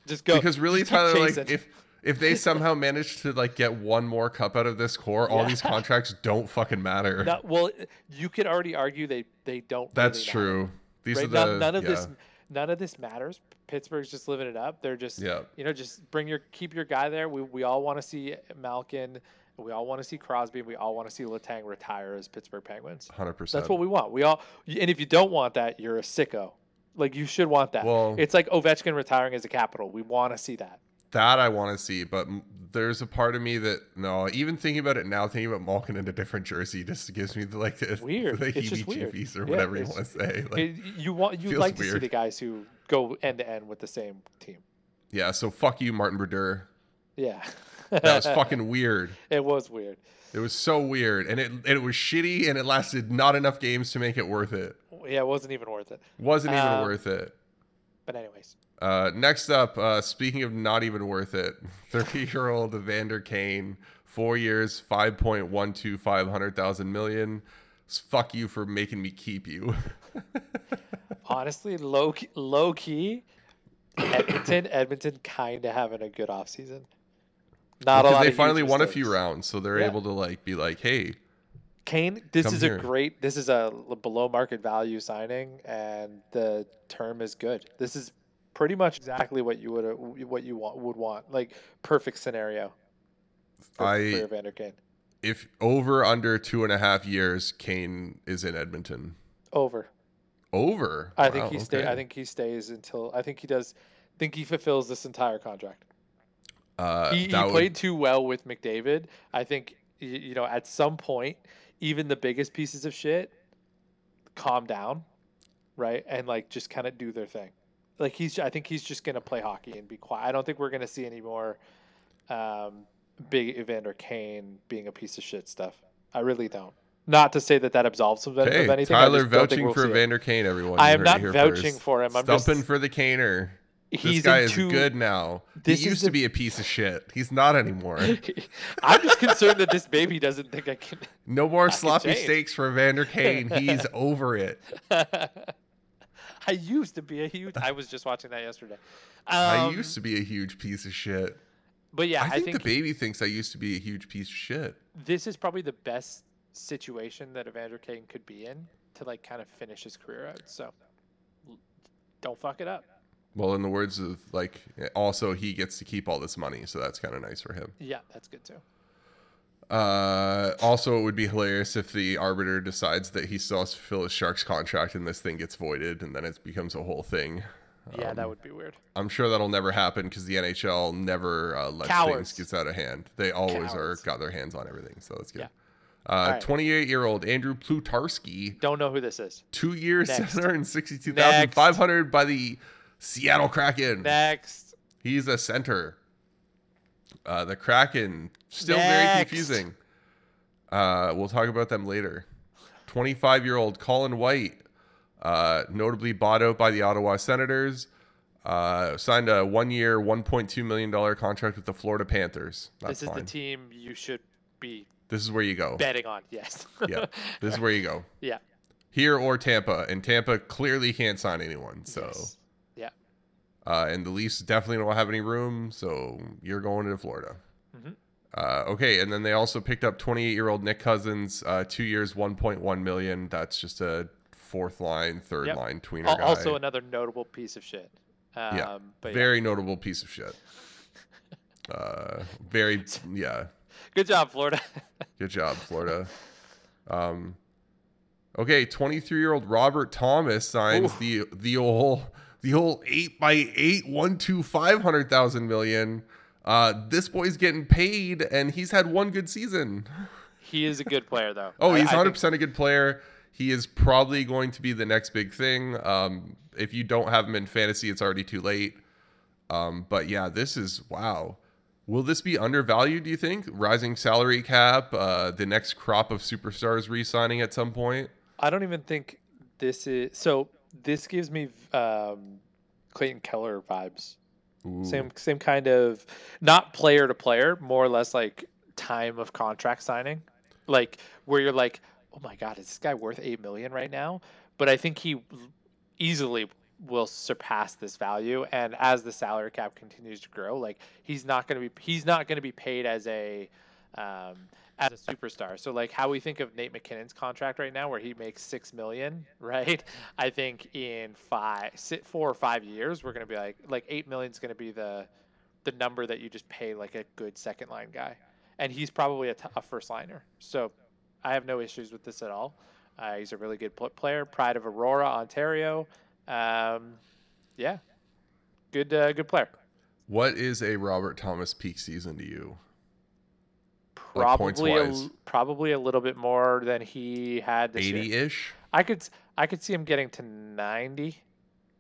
Just go. because really just keep tyler like chasing. if if they somehow manage to like get one more cup out of this core all these Yeah. contracts don't fucking matter No, well, you could already argue they, they don't. that's really matter. true these right? are the none, none of this yeah. none of this matters. Pittsburgh's just living it up. They're just Yeah. you know just bring your keep your guy there. We we all want to see Malkin. We all want to see Crosby. We all want to see Latang retire as Pittsburgh Penguins. Hundred percent. That's what we want. We all and if you don't want that, you're a sicko. Like you should want that. Well- it's like Ovechkin retiring as a capital. We want to see that. that I want to see, but m- there's a part of me that no, even thinking about it now, thinking about Malkin in a different jersey just gives me the, like the, Weird. the It's just weird. heebie-jeebies or Yeah, whatever you it's- want to say. *laughs* Like, It- you want you feels like to see weird. the guys who go end to end with the same team. yeah, so fuck you, Martin Brodeur. Yeah, That *laughs* was fucking weird. it was weird. It was so weird, and it and it was shitty, and it lasted not enough games to make it worth it. Yeah, it wasn't even worth it. Wasn't even Um, worth it. But anyways, Uh, next up, uh, speaking of not even worth it, *laughs* 30 year old Evander Kane, four years, 5.125 hundred thousand million. S- Fuck you for making me keep you. *laughs* honestly, low key, low key, Edmonton, Edmonton kind of having a good offseason. Not because a lot. they of huge finally won a few mistakes. rounds, so they're Yeah. able to like be like, hey, Kane, this Come is here. a great. This is a l- below market value signing, and the term is good. This is pretty much exactly what you would what you want would want. Like perfect scenario. For, I- for Evander Kane if over under two and a half years, Kane is in Edmonton. over. Over. I think Wow, he stay. okay. I think he stays until. I think he does. Think he fulfills this entire contract. uh, he, he that played would- too well with McDavid. I think y- you know at some point, even the biggest pieces of shit, calm down, right, and like just kind of do their thing. Like he's, I think he's just gonna play hockey and be quiet. I don't think we're gonna see any more, um, big Evander Kane being a piece of shit stuff. I really don't. Not to say that that absolves him of Hey, anything. I Tyler just don't think vouching we'll for see it. Evander Kane, everyone. I You am heard it not here vouching first. for him. I'm just- Stumping for the Caner. He's this guy in is too- good now. This is he used the- to be a piece of shit. He's not anymore. *laughs* I'm just concerned that this baby doesn't think I can. *laughs* No more sloppy change. steaks for *laughs* Vander Kane. He's over it. I used to be a huge. I was just watching that yesterday. I Um, used to be a huge piece of shit. but yeah, I think, think the baby thinks I used to be a huge piece of shit. this is probably the best situation that Evander Kane could be in to like kind of finish his career out. So l- don't fuck it up. Well, in the words of like, also he gets to keep all this money, so that's kind of nice for him. Yeah, that's good too. Uh, also, it would be hilarious if the arbiter decides that he still has to fill his Sharks contract and this thing gets voided, and then it becomes a whole thing. Yeah, Um, that would be weird. I'm sure that'll never happen because the NHL never uh, lets Cowards. things get out of hand. They always Cowards. are got their hands on everything, so that's good. Yeah. Uh, right. 28 year old Andrew Plutarski, Don't know who this is. two years, Next. 762,500 by the Seattle Kraken. Next. He's a center. Uh, the Kraken, still very Next. confusing. Uh, we'll talk about them later. 25 year old Colin White, uh, notably bought out by the Ottawa Senators, uh, signed a one year, $1.2 million contract with the Florida Panthers. That's This is fine. the team you should be this is where you go. betting on. Yes. *laughs* Yeah. This is where you go. yeah. Here or Tampa. And Tampa clearly can't sign anyone. So, yes. Yeah. uh, and the Leafs definitely don't have any room. So you're going to Florida. Mhm. Uh, okay, and then they also picked up 28-year-old Nick Cousins, uh, two years, 1.1 million. That's just a fourth line, third Yep. line tweener Al- guy. Also another notable piece of shit. Um, Yeah. But yeah. very notable piece of *laughs* shit. Uh, very yeah. Good job, Florida. *laughs* Good job, Florida. Um, okay, 23-year-old Robert Thomas signs Oof. the the old the old eight by eight one two five hundred thousand million. Uh, this boy's getting paid, and he's had one good season. he is a good player, though. Oh, I- he's I think- hundred percent a good player. He is probably going to be the next big thing. Um, if you don't have him in fantasy, it's already too late. Um, but yeah, this is wow. Will this be undervalued? Do you think rising salary cap, uh, the next crop of superstars re-signing at some point? I don't even think this is so. This gives me um, Clayton Keller vibes. Ooh. Same same kind of not player to player, more or less like time of contract signing, like where you're like, oh my god, is this guy worth eight million right now? But I think he easily will surpass this value, and as the salary cap continues to grow, like he's not going to be he's not going to be paid as a um, as a superstar. So like how we think of Nate McKinnon's contract right now, where he makes six million, *laughs* right? I think in five, si- four or five years, we're gonna be like like eight million is gonna be the the number that you just pay like a good second line guy, and he's probably a, t- a first liner. So I have no issues with this at all. Uh, he's a really good pl- player, pride of Aurora, Ontario. Um, yeah, good uh, good player. What is a Robert Thomas peak season to you? Like, points Probably a, wise. l- probably a little bit more than he had this year. Eighty ish, I could s- I could see him getting to 90.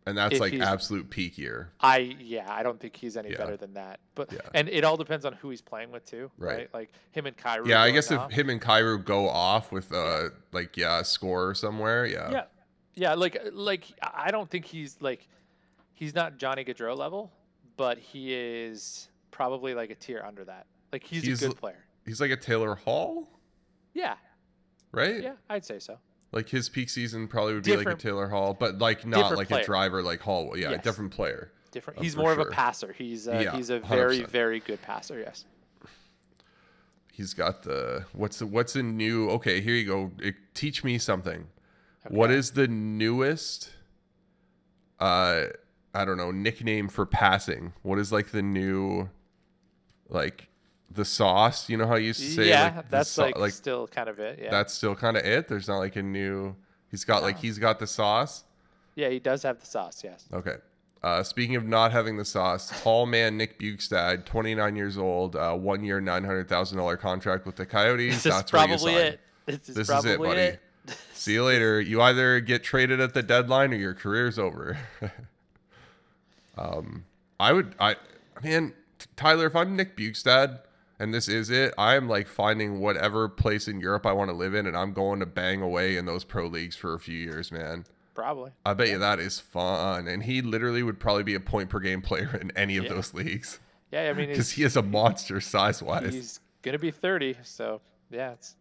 and that's If like he's- absolute peak year. I yeah, I don't think he's any Yeah. better than that. But Yeah. and it all depends on who he's playing with too, Right. right? Like him and Kyrie. yeah, I going guess off. if him and Cairo go off with uh like yeah a score somewhere, yeah, Yeah. Yeah, like like I don't think he's like he's not Johnny Gaudreau level, but he is probably like a tier under that. Like he's, He's a l- good player. he's like a Taylor Hall, Yeah, right? yeah, I'd say so. Like his peak season probably would be like Different- a Taylor Hall, but like not different like a player. driver like Hall. Yeah, Yes. different player. Different. Uh, He's for more of sure. a passer. He's uh, Yeah, he's a very 100%. very good passer. Yes. He's got the what's the what's the new? Okay, here you go. Eh, Teach me something. What Okay. is the newest? Uh, I don't know nickname for passing. What is like the new, like the sauce? You know how you say yeah, like, the that's sau- like, still kind of it. Yeah. that's still kind of it. There's not like a new. He's got like he's got the sauce. yeah, he does have the sauce. Yes. Okay. Uh, speaking of not having the sauce, tall man Nick Bukestad, 29 years old, uh, one year, $900,000 contract with the Coyotes. This is That's where you probably sign. it. This is This is probably it, buddy. it. *laughs* See you later. You either get traded at the deadline or your career's over. *laughs* um, I would, I, man, T- Tyler, if I'm Nick Bukestad and this is it, I'm like finding whatever place in Europe I want to live in and I'm going to bang away in those pro leagues for a few years, man. Probably. I bet you that is fun. And he literally would probably be a point per game player in any of Yeah. those leagues Yeah, I mean, because he's, he is a monster size wise, he's gonna be thirty, so yeah, it's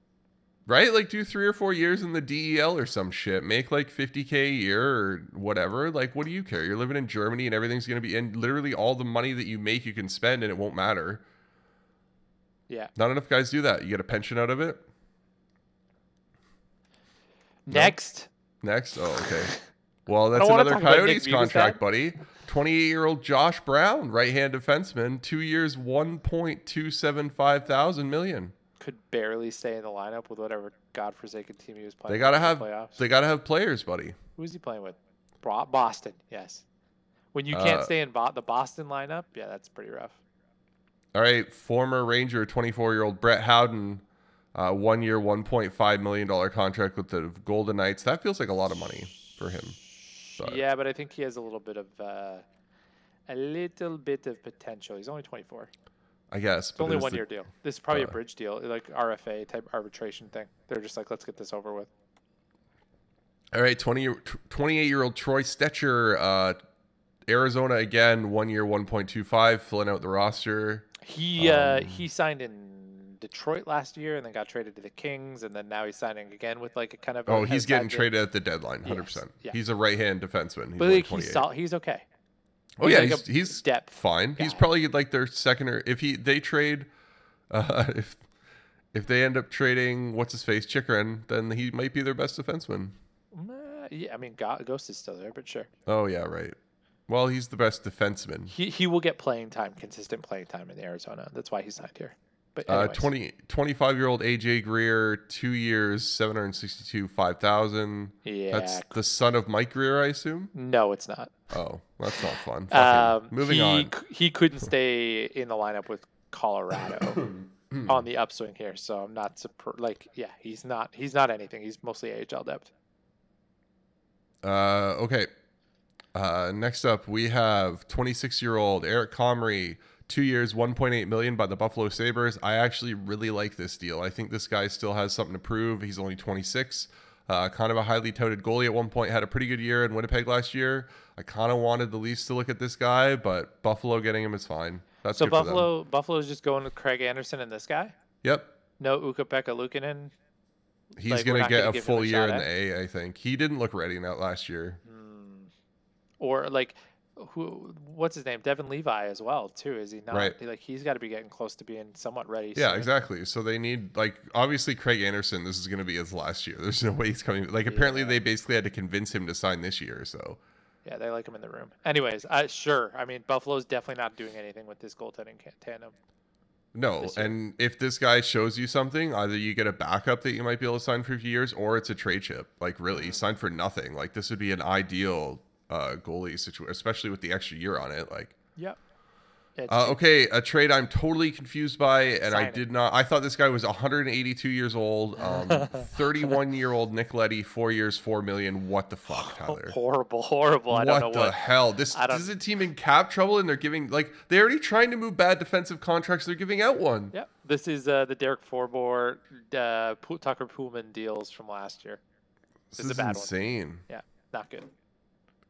right? Like do three or four years in the DEL or some shit, make like 50k a year or whatever. Like, what do you care? You're living in Germany and everything's gonna be and literally all the money that you make you can spend and it won't matter. yeah. Not enough guys do that. You get a pension out of it. Next, Next, oh *laughs* okay. Well, that's don't wanna another talk about Nick Coyotes Bugestad. contract, buddy. 28-year-old Josh Brown, right-hand defenseman, two years, one point two seven five thousand million. could barely stay in the lineup with whatever godforsaken team he was playing. They gotta with in have the playoffs. they gotta have players, buddy. Who's he playing with? Bro- Boston. Yes. When you can't Uh, stay in Bo- the Boston lineup, yeah, that's pretty rough. All right, former Ranger, 24-year-old Brett Howden, uh, one-year, one point five million dollar contract with the Golden Knights. That feels like a lot of money for him. But Yeah, but I think he has a little bit of uh, a little bit of potential. He's only 24. I guess. It's only one year deal. This is probably a uh, bridge deal, like RFA type arbitration thing. They're just like, let's get this over with. All right, 20 year, tw- 28 year old Troy Stetcher, uh, Arizona again, one year, 1.25, filling out the roster. He uh, Um, he signed in Detroit last year, and then got traded to the Kings, and then now he's signing again with like a kind of. a- Oh, has he's had getting the- traded at the deadline, 100%. yeah. He's a right hand defenseman. He's But only like, he's 28. sol- he's okay. oh, he's yeah, like a he's, he's depth fine. He's guy. probably like their second or if he they trade, *laughs* uh, if if they end up trading what's his face, Chikrin, then he might be their best defenseman. Mm, yeah, I mean, Go- Ghost is still there, but sure. Oh, yeah, right. Well, he's the best defenseman. He he will get playing time, consistent playing time in Arizona. That's why he signed here. But Uh, anyways, 20, 25 year old AJ Greer, two years, 762, 5,000. yeah, That's the son of Mike Greer, I assume. no, it's not. Oh, that's not fun. Fuck Um, him. Moving he, on. c- He couldn't stay in the lineup with Colorado *coughs* on the upswing here, so I'm not surprised. Like, yeah, he's not. He's not anything. He's mostly AHL depth. Uh, okay. Uh, next up, we have 26 year old Eric Comrie, two years, 1.8 million by the Buffalo Sabres. I actually really like this deal. I think this guy still has something to prove. He's only 26. Uh, kind of a highly touted goalie at one point, had a pretty good year in Winnipeg last year. I kind of wanted the Leafs to look at this guy, but Buffalo getting him is fine. That's So good for them. Buffalo Buffalo's just going with Craig Anderson and this guy. Yep. No Ukapeka Lukanen. He's Like, we're gonna not get gonna a give him full a year shot in at- Hmm. the A. I think he didn't look ready in that last year. or like who what's his name? Devin Levi as well too. Is he not? Right. Like he's got to be getting close to being somewhat ready. Yeah, soon. exactly. So they need like obviously Craig Anderson. This is going to be his last year. *laughs* There's no way he's coming. Like apparently Yeah. they basically had to convince him to sign this year. So Yeah, they like him in the room. Anyways, uh, sure. I mean, Buffalo's definitely not doing anything with this goaltending ca- tandem. no. This year. And if this guy shows you something, either you get a backup that you might be able to sign for a few years, or it's a trade chip. Like really, Mhm. sign for nothing. Like this would be an ideal uh, goalie situation, especially with the extra year on it. Like Yep. Yeah, Uh, just- okay, a trade I'm totally confused by, and I Sign it. did not. I thought this guy was 182 years old. *laughs* Um, 31 year old Nick Letty, four years, four million. What the *sighs* fuck, Tyler? horrible, horrible. Oh, I what don't the know what. hell? This, I don't- this is a team in cap trouble, and they're giving like they're already trying to move bad defensive contracts. They're giving out one. Yep. This is uh, the Derek Forbort, uh, Pu- Tucker Pullman deals from last year. this it's is a bad one. insane. Yeah, not good.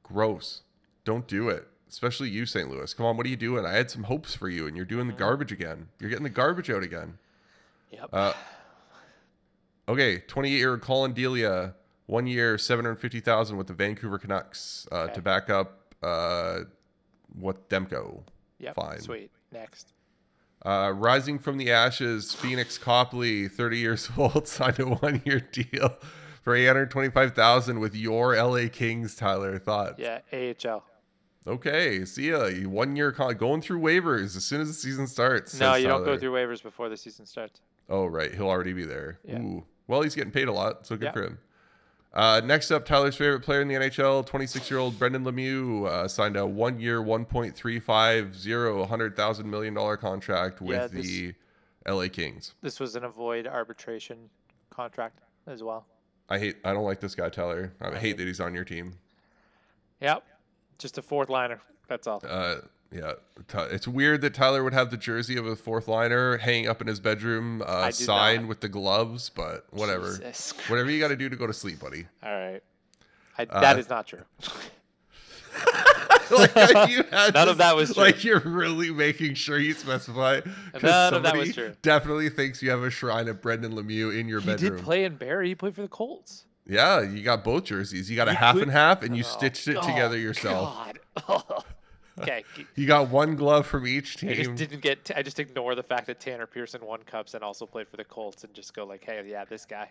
Gross. Don't do it. Especially you, St. Louis. Come on, what are you doing? I had some hopes for you, and you're doing the Mhm. garbage again. You're getting the garbage out again. Yep. Uh, Okay, 28 year old Colin Delia, one year, 750,000 with the Vancouver Canucks uh, Okay. to back up uh, what Demko. yep. fine. Sweet. Next. Uh, rising from the ashes, Phoenix Copley, 30 years *laughs* old, signed a one year deal for 825,000 with your LA Kings, Tyler Thought. Yeah. AHL. Okay, see ya. You One year con- going through waivers as soon as the season starts. No, says you don't go Tyler. through waivers before the season starts. Oh, right. He'll already be there. Yeah. Ooh. Well, he's getting paid a lot, so good Yeah. for him. Uh, next up, Tyler's favorite player in the NHL, 26 year old Brendan Lemieux, uh, signed a one year, $1.350, $100,000 million dollar contract with Yeah, this- the LA Kings. This was an avoid arbitration contract as well. I hate, I don't like this guy, Tyler. I I hate mean- that he's on your team. Yep. Just a fourth liner. That's all. Uh, yeah, Ty- it's weird that Tyler would have the jersey of a fourth liner hanging up in his bedroom, uh, I do signed not. with the gloves, but whatever. Jesus Whatever you got to do to go to sleep, buddy. All right. I, Uh, that is not true. *laughs* like you had *laughs* None to- of that was true. Like you're really making sure you specify. 'cause None of that was somebody true. Definitely thinks you have a shrine of Brendan Lemieux in your He bedroom. did play in Barry. He played for the Colts. yeah, you got both jerseys. You got a You half could- and half, and you Oh, stitched it God, together yourself. God. *laughs* *laughs* okay. You got one glove from each I just team. didn't get. I just ignore the fact that Tanner Pearson won cups and also played for the Colts, and just go like, "Hey, yeah, this guy."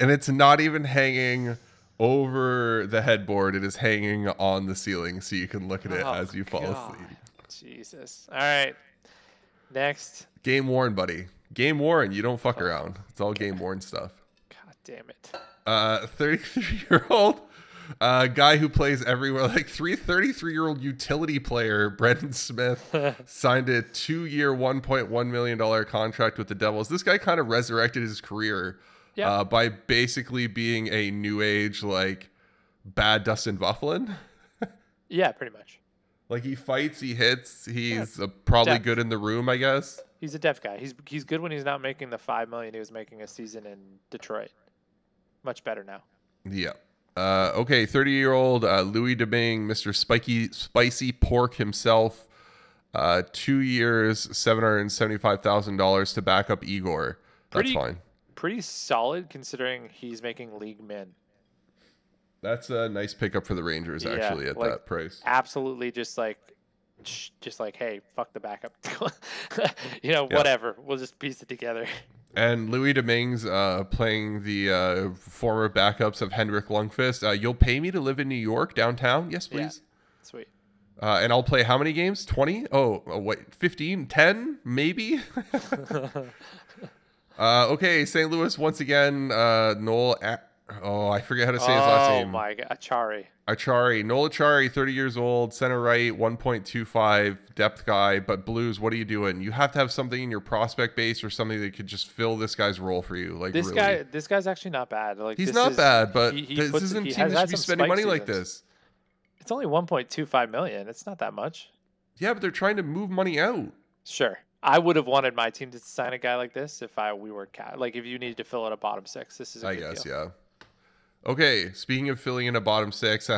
and it's not even hanging over the headboard, it is hanging on the ceiling so you can look at it *laughs* Oh, as you fall God. asleep. Jesus. All right. Next. Game worn, buddy. Game worn. You don't Oh. fuck around. It's all game worn stuff. God damn it. uh *laughs* 33 year old uh guy who plays everywhere like 333 year old utility player *laughs* brendan smith signed a two-year 1.1 million dollar contract with the devils this guy kind of resurrected his career Yeah. uh, by basically being a new age like bad dustin bufflin Yeah, pretty much. like he fights he hits he's uh, probably Depth. good in the room i guess He's a deaf guy. He's he's good when he's not making the five million he was making a season in Detroit. Much better now. Yeah. Uh, okay, 30 year old uh, Louis Deming, Mr. Spiky, Spicy Pork himself, uh, two years, $775,000 to back up Igor. That's Pretty- fine. Pretty solid considering he's making league min. That's a nice pickup for the Rangers, Yeah, actually, at like- that price. absolutely just like sh- just like hey fuck the backup *laughs* you know Yeah. whatever we'll just piece it together *laughs* And Louis Deming's uh, playing the uh, former backups of Henrik Lundqvist. Uh, you'll pay me to live in New York downtown? Yes, Yeah. please. sweet Uh, and I'll play how many games? 20? Oh, uh, what? 15? 10? *laughs* Maybe? Uh, okay, St. Louis once again. Uh, Noel. A- oh, I forget how to say his last oh name. my god achari Achari. Noel Achari, 30 years old, center right, 1.25 depth guy. But Blues, what are you doing? You have to have something in your prospect base or something that could just fill this guy's role for you. Like this really. guy this guy's actually not bad like He's this not is- bad, but he- he this puts- isn't a he team has that had should be some spending spike money like seasons. this. it's only 1.25 million it's not that much Yeah, but they're trying to move money out. sure i would have wanted my team to sign a guy like this if i we were ca- like if you needed to fill out a bottom six this is a I good guess, deal. yeah. Okay, speaking of filling in a bottom six,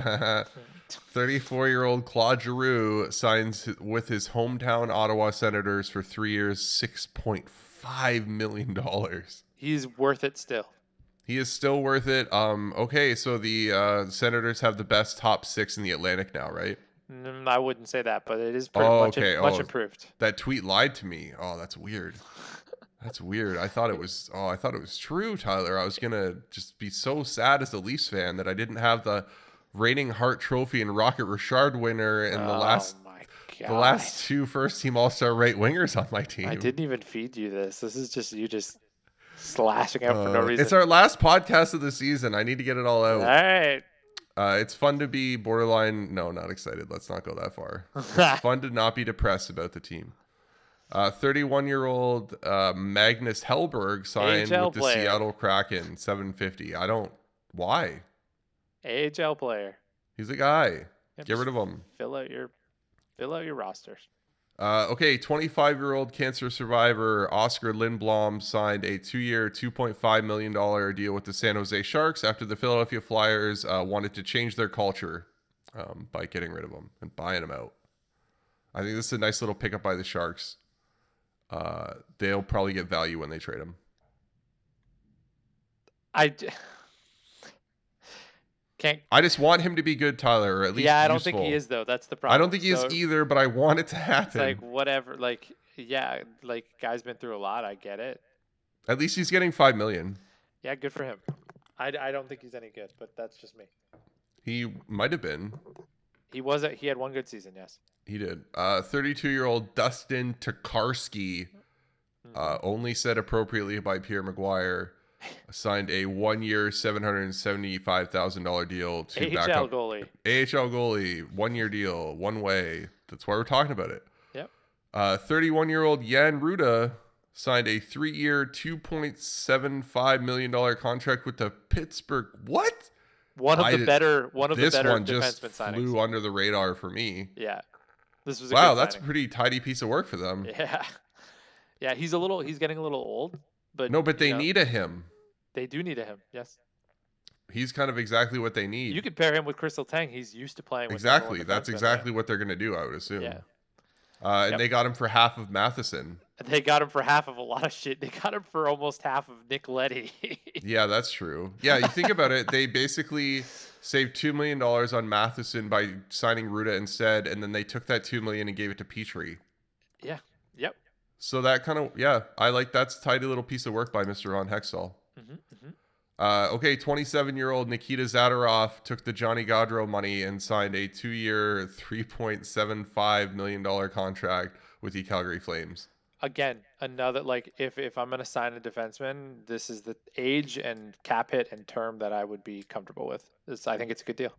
*laughs* 34 year old Claude Giroux signs h- with his hometown Ottawa Senators for three years, $6.5 million. he's worth it still He is still worth it. Um, okay, so the uh, Senators have the best top six in the Atlantic now, right? Mm, I wouldn't say that, but it is pretty Oh, much okay. much Oh. improved. That tweet lied to me. Oh, that's weird. That's weird. I thought it was. Oh, I thought it was true, Tyler. I was gonna just be so sad as a Leafs fan that I didn't have the reigning Hart Trophy and Rocket Richard winner and the Oh last my the last two first team All Star right wingers on my team. I didn't even feed you this. This is just you just slashing out for no Uh, reason. It's our last podcast of the season. I need to get it all All out. right. Uh, it's fun to be borderline. No, not excited. Let's not go that far. *laughs* It's fun to not be depressed about the team. Uh, 31-year-old uh, Magnus Hellberg signed AHL with the player. Seattle Kraken, 750. I don't. Why? AHL player. He's a guy. Yep, Get just rid of him. fill out your fill out your roster. Uh, okay, 25 year old cancer survivor Oscar Lindblom signed a two year, $2.5 million deal with the San Jose Sharks after the Philadelphia Flyers uh, wanted to change their culture um, by getting rid of him and buying him out. I think this is a nice little pickup by the Sharks. Uh, they'll probably get value when they trade him. I d- *laughs* can't. I just want him to be good, Tyler, or at least Yeah, I don't think he useful. is though. That's the problem. I don't think he is So, either, but I want it to It's happen. like whatever. Like yeah, like guy's been through a lot. I get it. at least he's getting five million. Yeah, good for him. I, I don't think he's any good, but that's just me. He might have been. He wasn't. He had one good season. Yes. He did. Uh, 32-year-old Dustin Tokarski, uh, only said appropriately by Pierre Maguire, signed a one-year, seven hundred seventy-five thousand dollar deal to back AHL up goalie. AHL goalie, one-year deal, one way. That's why we're talking about it. Yep. Uh, 31-year-old Yan Ruda signed a three-year, two point seven five million dollar contract with the Pittsburgh. What? One of I the did- better. One of the This better one just defenseman signings. flew under the radar for me. Yeah. This was a Wow, good that's a signing. pretty tidy piece of work for them. *laughs* yeah. Yeah, he's a little he's getting a little old, but No, but you they know, need a him. they do need a him. Yes. He's kind of exactly what they need. You could pair him with Crystal Tang. He's used to playing with number one exactly. That's defensemen, yeah. exactly what they're going to do, I would assume. Yeah. Uh, and Yep. they got him for half of Matheson. They got him for half of a lot of shit. They got him for almost half of Nick Letty. *laughs* Yeah, that's true. Yeah, you think about it, they basically saved $2 million on Matheson by signing Ruda instead, and then they took that $2 million and gave it to Petrie. yep. So that kind of, yeah, I like that's a tidy little piece of work by Mr. Ron Hextall. hmm hmm Uh, okay, 27 year old Nikita Zadarov took the Johnny Gaudreau money and signed a two year, $3.75 million contract with the Calgary Flames. Again, another like if if I'm gonna sign a defenseman, this is the age and cap hit and term that I would be comfortable with. It's, I think it's a good deal.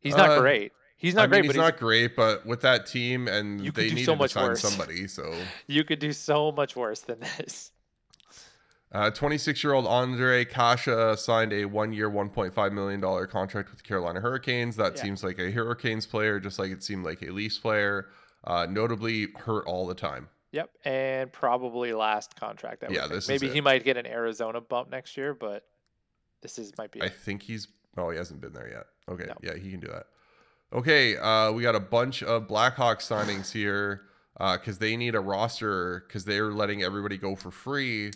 He's not Uh, great. He's I not mean, great, he's but not great, but with that team and You could they do so needed much to sign worse. somebody. So, he's, you could do so much worse than *laughs* this. 26 year old Andre Uh, Kasha signed a one year, $1.5 million contract with the Carolina Hurricanes. That Yeah. seems like a Hurricanes player, just like it seemed like a Leafs player. Uh, notably hurt all the time. Yep, and probably last contract. I would Yeah, think. this is maybe it. he might get an Arizona bump next year, but this is might be. I it. think he's. Oh, he hasn't been there yet. Okay, No. yeah, he can do that. Okay, uh, we got a bunch of Blackhawks signings here because they need a roster because they're letting everybody go for free.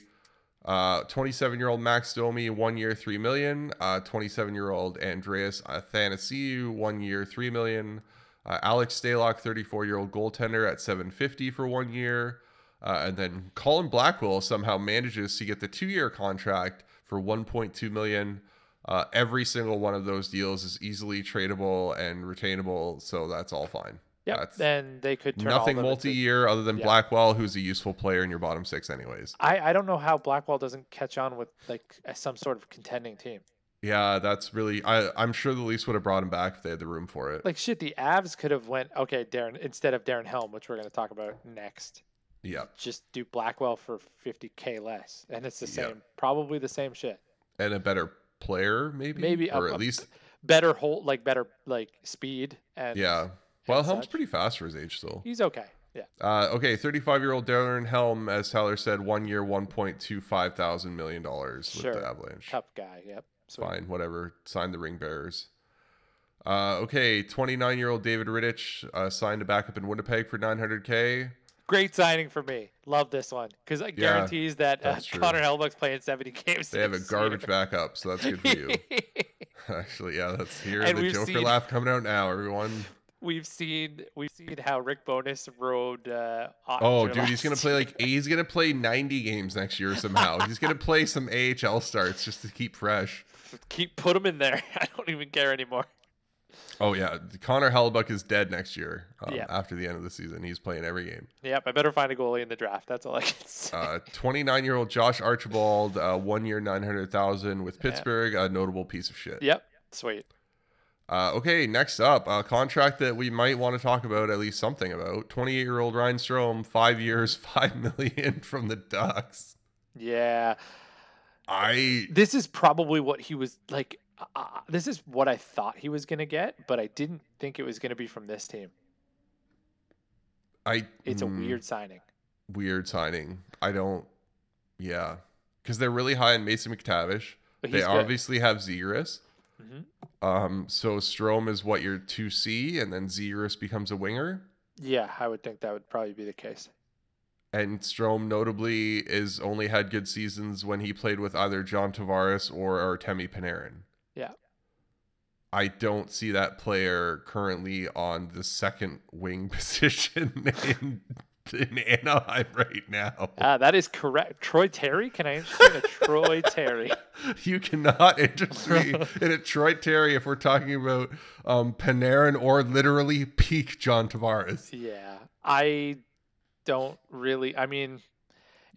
Uh, 27-year-old Max Domi, one year, three million. Uh, 27-year-old Andreas Athanasiou, one year, three million. Uh, Alex Stalock, 34-year-old goaltender, at 750 for one year. Uh, and then Colin Blackwell somehow manages to get the two-year contract for 1.2 million. Uh, every single one of those deals is easily tradable and retainable, so that's all fine. Yep, that's then they could turn all Nothing of them into- multi-year other than Yeah. Blackwell, who's a useful player in your bottom six, anyways. I I don't know how Blackwell doesn't catch on with like a- some sort of contending team. Yeah, that's really. I, I'm sure the Leafs would have brought him back if they had the room for it. Like shit, the Avs could have went okay, Darren instead of Darren Helm, which we're gonna talk about next. yeah, Just do Blackwell for 50k less, and it's the Yeah. same, probably the same shit. and a better player, maybe, Maybe or a- at least, Better hold, like better like speed and yeah. Well, Helm's such. pretty fast for his age still. he's okay. Yeah, Uh, okay, 35 year old Darren Helm, as Tyler said, one year, 1.25 thousand million dollars with Sure. the Avalanche. cup guy. Yep. So Fine, whatever. Sign the ring bearers. Uh, okay, 29 year old David Riddich uh, signed a backup in Winnipeg for 900k. Great signing for me. Love this one because it Yeah, guarantees that uh, that's true. Connor Hellebuck's playing 70 games. They have a next garbage year. *laughs* backup, so that's good for you. *laughs* Actually, yeah, that's here. And the we've Joker seen- laugh coming out now, everyone. We've seen we've seen how Rick Bonus rode. Uh, Oh, Ottinger dude, he's gonna last play year. like he's gonna play 90 games next year somehow. he's gonna play some AHL starts just to keep fresh. Keep put him in there. *laughs* I don't even care anymore. Oh yeah, Connor Hellebuck is dead next year. Um, Yeah. After the end of the season, he's playing every game. Yep, I better find a goalie in the draft. That's all I can say. Uh, 29-year-old Josh Archibald, uh, one year 900,000 with Pittsburgh, a notable piece of shit. yep, sweet. Uh, okay, next up, a contract that we might want to talk about at least something about. 28-year-old Ryan Strom, five years, *laughs* five million from the Ducks. Yeah, I this is probably what he was like. Uh, this is what I thought he was gonna get, but I didn't think it was gonna be from this team. I It's a hmm. weird signing. weird signing. I don't. Yeah, because they're really high on Mason McTavish. But They he's good. obviously have Zegras. Mhm. Um, so Strom is what your two C, and then Zegras becomes a winger. Yeah, I would think that would probably be the case. And Strom notably is only had good seasons when he played with either John Tavares or Artemi Panarin. Yeah. I don't see that player currently on the second wing *laughs* position in, in Anaheim right *laughs* now. Ah, that is correct. Troy Terry. Can I interest you in a Troy Terry? You cannot interest me in a Troy Terry if we're talking about um, Panarin or literally peak John Tavares. Yeah, I don't really. I mean,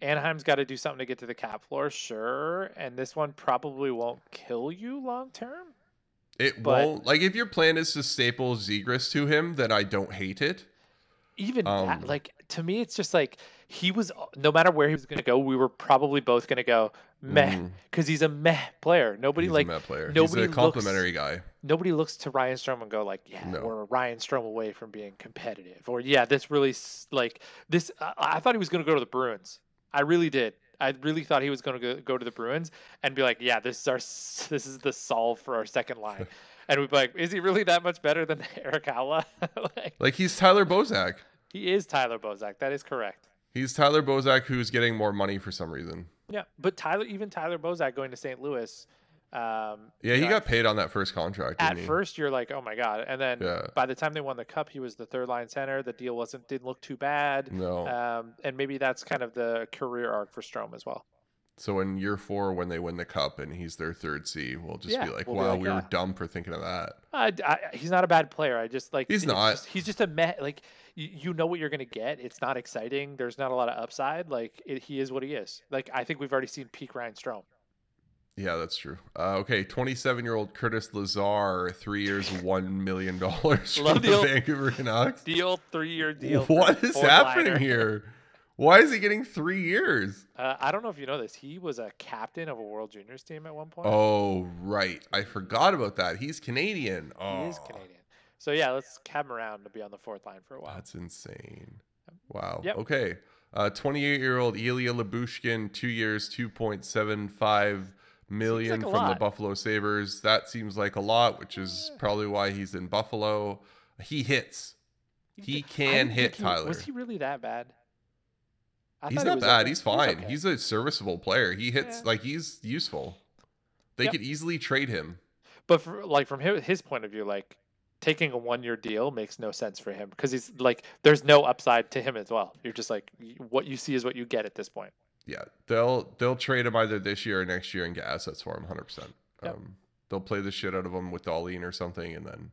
Anaheim's got to do something to get to the cap floor, sure, and this one probably won't kill you long term. It But- won't like if your plan is to staple Zegras to him, then I don't hate it. Even Um, that, like to me, it's just like he was. uh, No matter where he was going to go, we were probably both going to go meh Mhm. because he's a meh player. Nobody He's like a Met player. nobody He's a looks- complimentary guy. nobody looks to Ryan Strom and go like, yeah, No. we're Ryan Strom away from being competitive, or yeah, this really s- like this. I, I thought he was going to go to the Bruins. I really did. I really thought he was going to go to the Bruins and be like, yeah, this is our s- this is the solve for our second *laughs* line, and we'd be like, is he really that much better than *laughs* Eric Halla? like Like he's Tyler Bozak. he is Tyler Bozak. That is correct. He's Tyler Bozak who's getting more money for some reason. Yeah, but Tyler, even Tyler Bozak going to St. Louis. Um, Yeah, he Yeah. got paid on that first contract. at didn't he? first you're like, oh my god, and then Yeah. by the time they won the cup, he was the third line center. The deal wasn't didn't look too bad. No. Um, and maybe that's kind of the career arc for Strom as well. so in year four, when they win the cup and he's their third C, we'll just Yeah, be like, we'll be wow, like, we were yeah." dumb for thinking of that. I, I- he's not a bad player. I just like He's it's not. just- he's just a meh, like you, you know what you're gonna get. It's not exciting. There's not a lot of upside. Like it, he is what he is. Like I think we've already seen peak Ryan Strom. Yeah, that's true. Uh, okay, 27 year old Curtis Lazar, three *laughs* years, $1 million dollars from Love the deal. Vancouver Canucks. Deal three year deal. for what the is fourth happening liner. here? Why is he getting three years? Uh, I don't know if you know this. He was a captain of a World Juniors team at one point. Oh, right. I forgot about that. He's Canadian. Oh, He is Canadian. So yeah, let's cab him around to be on the fourth line for a while. That's insane. Wow. Yep. Okay. Uh, 28 year old Ilya Labushkin, two years, 2.75 million Seems like a from the lot. Buffalo Sabres. That seems like a lot, which is Yeah. probably why he's in Buffalo. He hits. He I can didn't hit think he was- Tyler. Was he really that bad? I he's thought he not was bad. okay. He's fine. He's, okay. a serviceable player. He hits Yeah. like he's useful. They Yep. could easily trade him. but for, like from his, his point of view, like taking a one-year deal makes no sense for him because he's like there's no upside to him as well. You're just like y- what you see is what you get at this point. Yeah, they'll they'll trade him either this year or next year and get assets for him 100. Yep. Um, they'll play the shit out of him with Darlene or something, and then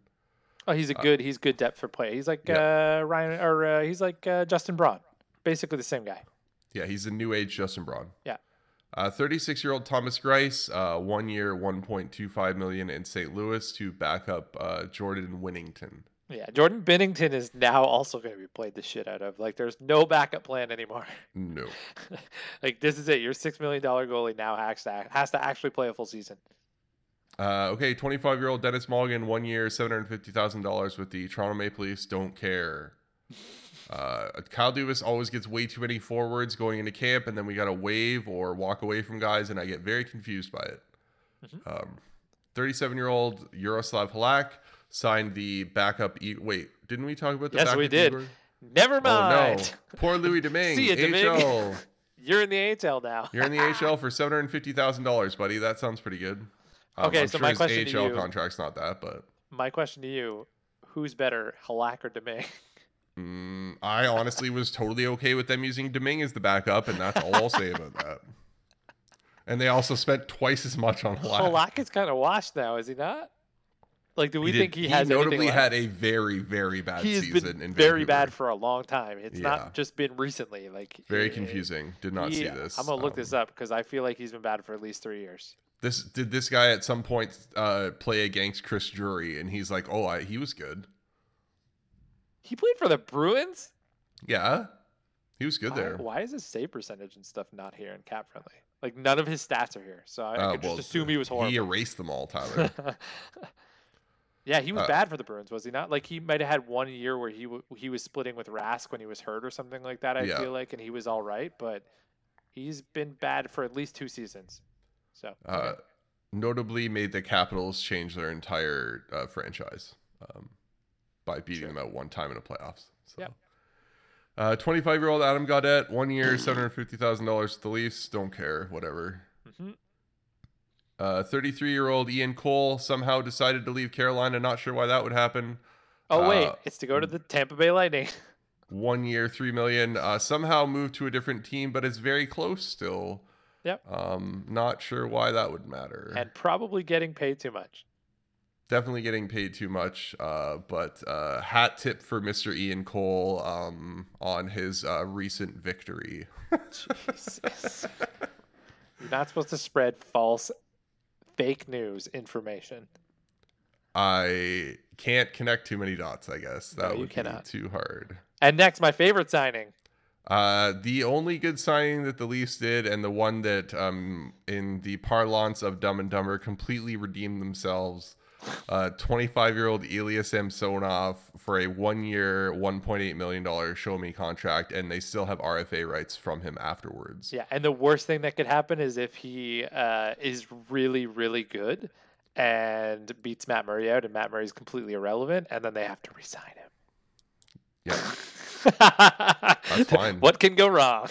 Oh, he's a Uh, good. He's good depth for play. He's like uh, Ryan or uh, he's like uh, Justin Braun, basically the same guy. Yeah, he's a new age Justin Braun. Yeah. Uh, 36-year-old Thomas Grice, uh, one year, 1.25 million in St. Louis to back up uh, Jordan Winnington. Yeah, Jordan Bennington is now also going to be played the shit out of. Like, there's no backup plan anymore. No, *laughs* like, this is it. Your six million dollar goalie now has to has to actually play a full season. uh, okay. Twenty-five-year-old Dennis Morgan, one year, seven hundred fifty thousand dollars with the Toronto Maple Leafs. Don't care. Uh, Kyle Dubas always gets way too many forwards going into camp, and then we got to wave or walk away from guys, and I get very confused by it. Mhm. Um, 37-year-old Yaroslav Halak signed the backup. E- Wait, didn't we talk about the Yes, backup? we did. Igor? Never Oh mind. *laughs* no, poor Louis Domingue. See ya, Domingue. HL. You're in the AHL now. You're in the HL for seven hundred fifty thousand dollars, buddy. That sounds pretty good. Um, Okay, I'm so sure my his question to AHL you- contract's not that, but My question to you: Who's better, Halak or Domingue? mm, I honestly was totally okay with them using Domingue as the backup, and that's all I'll say about that. And they also spent twice as much on Halak. *laughs* Halak is kind of washed now, is he not? Like, do we did- think he, has anything notably left? had a very very bad He has season been in Vancouver. very bad for a long time. It's Yeah. not just been recently. Like very it- confusing. Did not see Yeah, this. I'm gonna look Um, this up because I feel like he's been bad for at least three years. This did this guy at some point uh, play against Chris Drury, and he's like, "Oh, I, he was good. He played for the Bruins. Yeah, he was good Why- there." Why is his save percentage and stuff not here in cap friendly? Like none of his stats are here, so I, I Uh, could well, just assume he was He horrible. erased them all, *laughs* Tyler. yeah, he was Uh, bad for the Bruins, was he not? Like he might have had one year where he w- he was splitting with Rask when he was hurt or something like that. I Yeah. feel like, and he was all right, but he's been bad for at least two seasons. So uh, okay. notably, made the Capitals change their entire uh, franchise um, by beating Sure. them at one time in the playoffs. So. Yep. Uh, 25-year-old Adam Gaudette, one year, $750,000 to the Leafs. Don't care, whatever. Mhm. Uh, 33-year-old Ian Cole somehow decided to leave Carolina. Not sure why that would happen. oh wait, uh, it's to go to the Tampa Bay Lightning. One year, three million. Uh, somehow moved to a different team, but it's very close still. Yep. Um, not sure why that would matter. and probably getting paid too much. Definitely getting paid too much. Uh, but uh, hat tip for Mr. Ian Cole um, on his uh, recent victory. Jesus. You're not supposed to spread false, fake news information. I can't connect too many dots. I guess No, that you would cannot. be too hard. And next, my favorite signing. Uh, the only good signing that the Leafs did, and the one that, um, in the parlance of Dumb and Dumber, completely redeemed themselves. Uh, 25-year-old Ilya Samsonov for a one-year, 1.8 million dollar show me contract, and they still have RFA rights from him afterwards. Yeah, and the worst thing that could happen is if he uh, is really, really good and beats Matt Murray out, and Matt Murray's completely irrelevant, and then they have to resign him. Yeah. *laughs* That's fine. What can go wrong?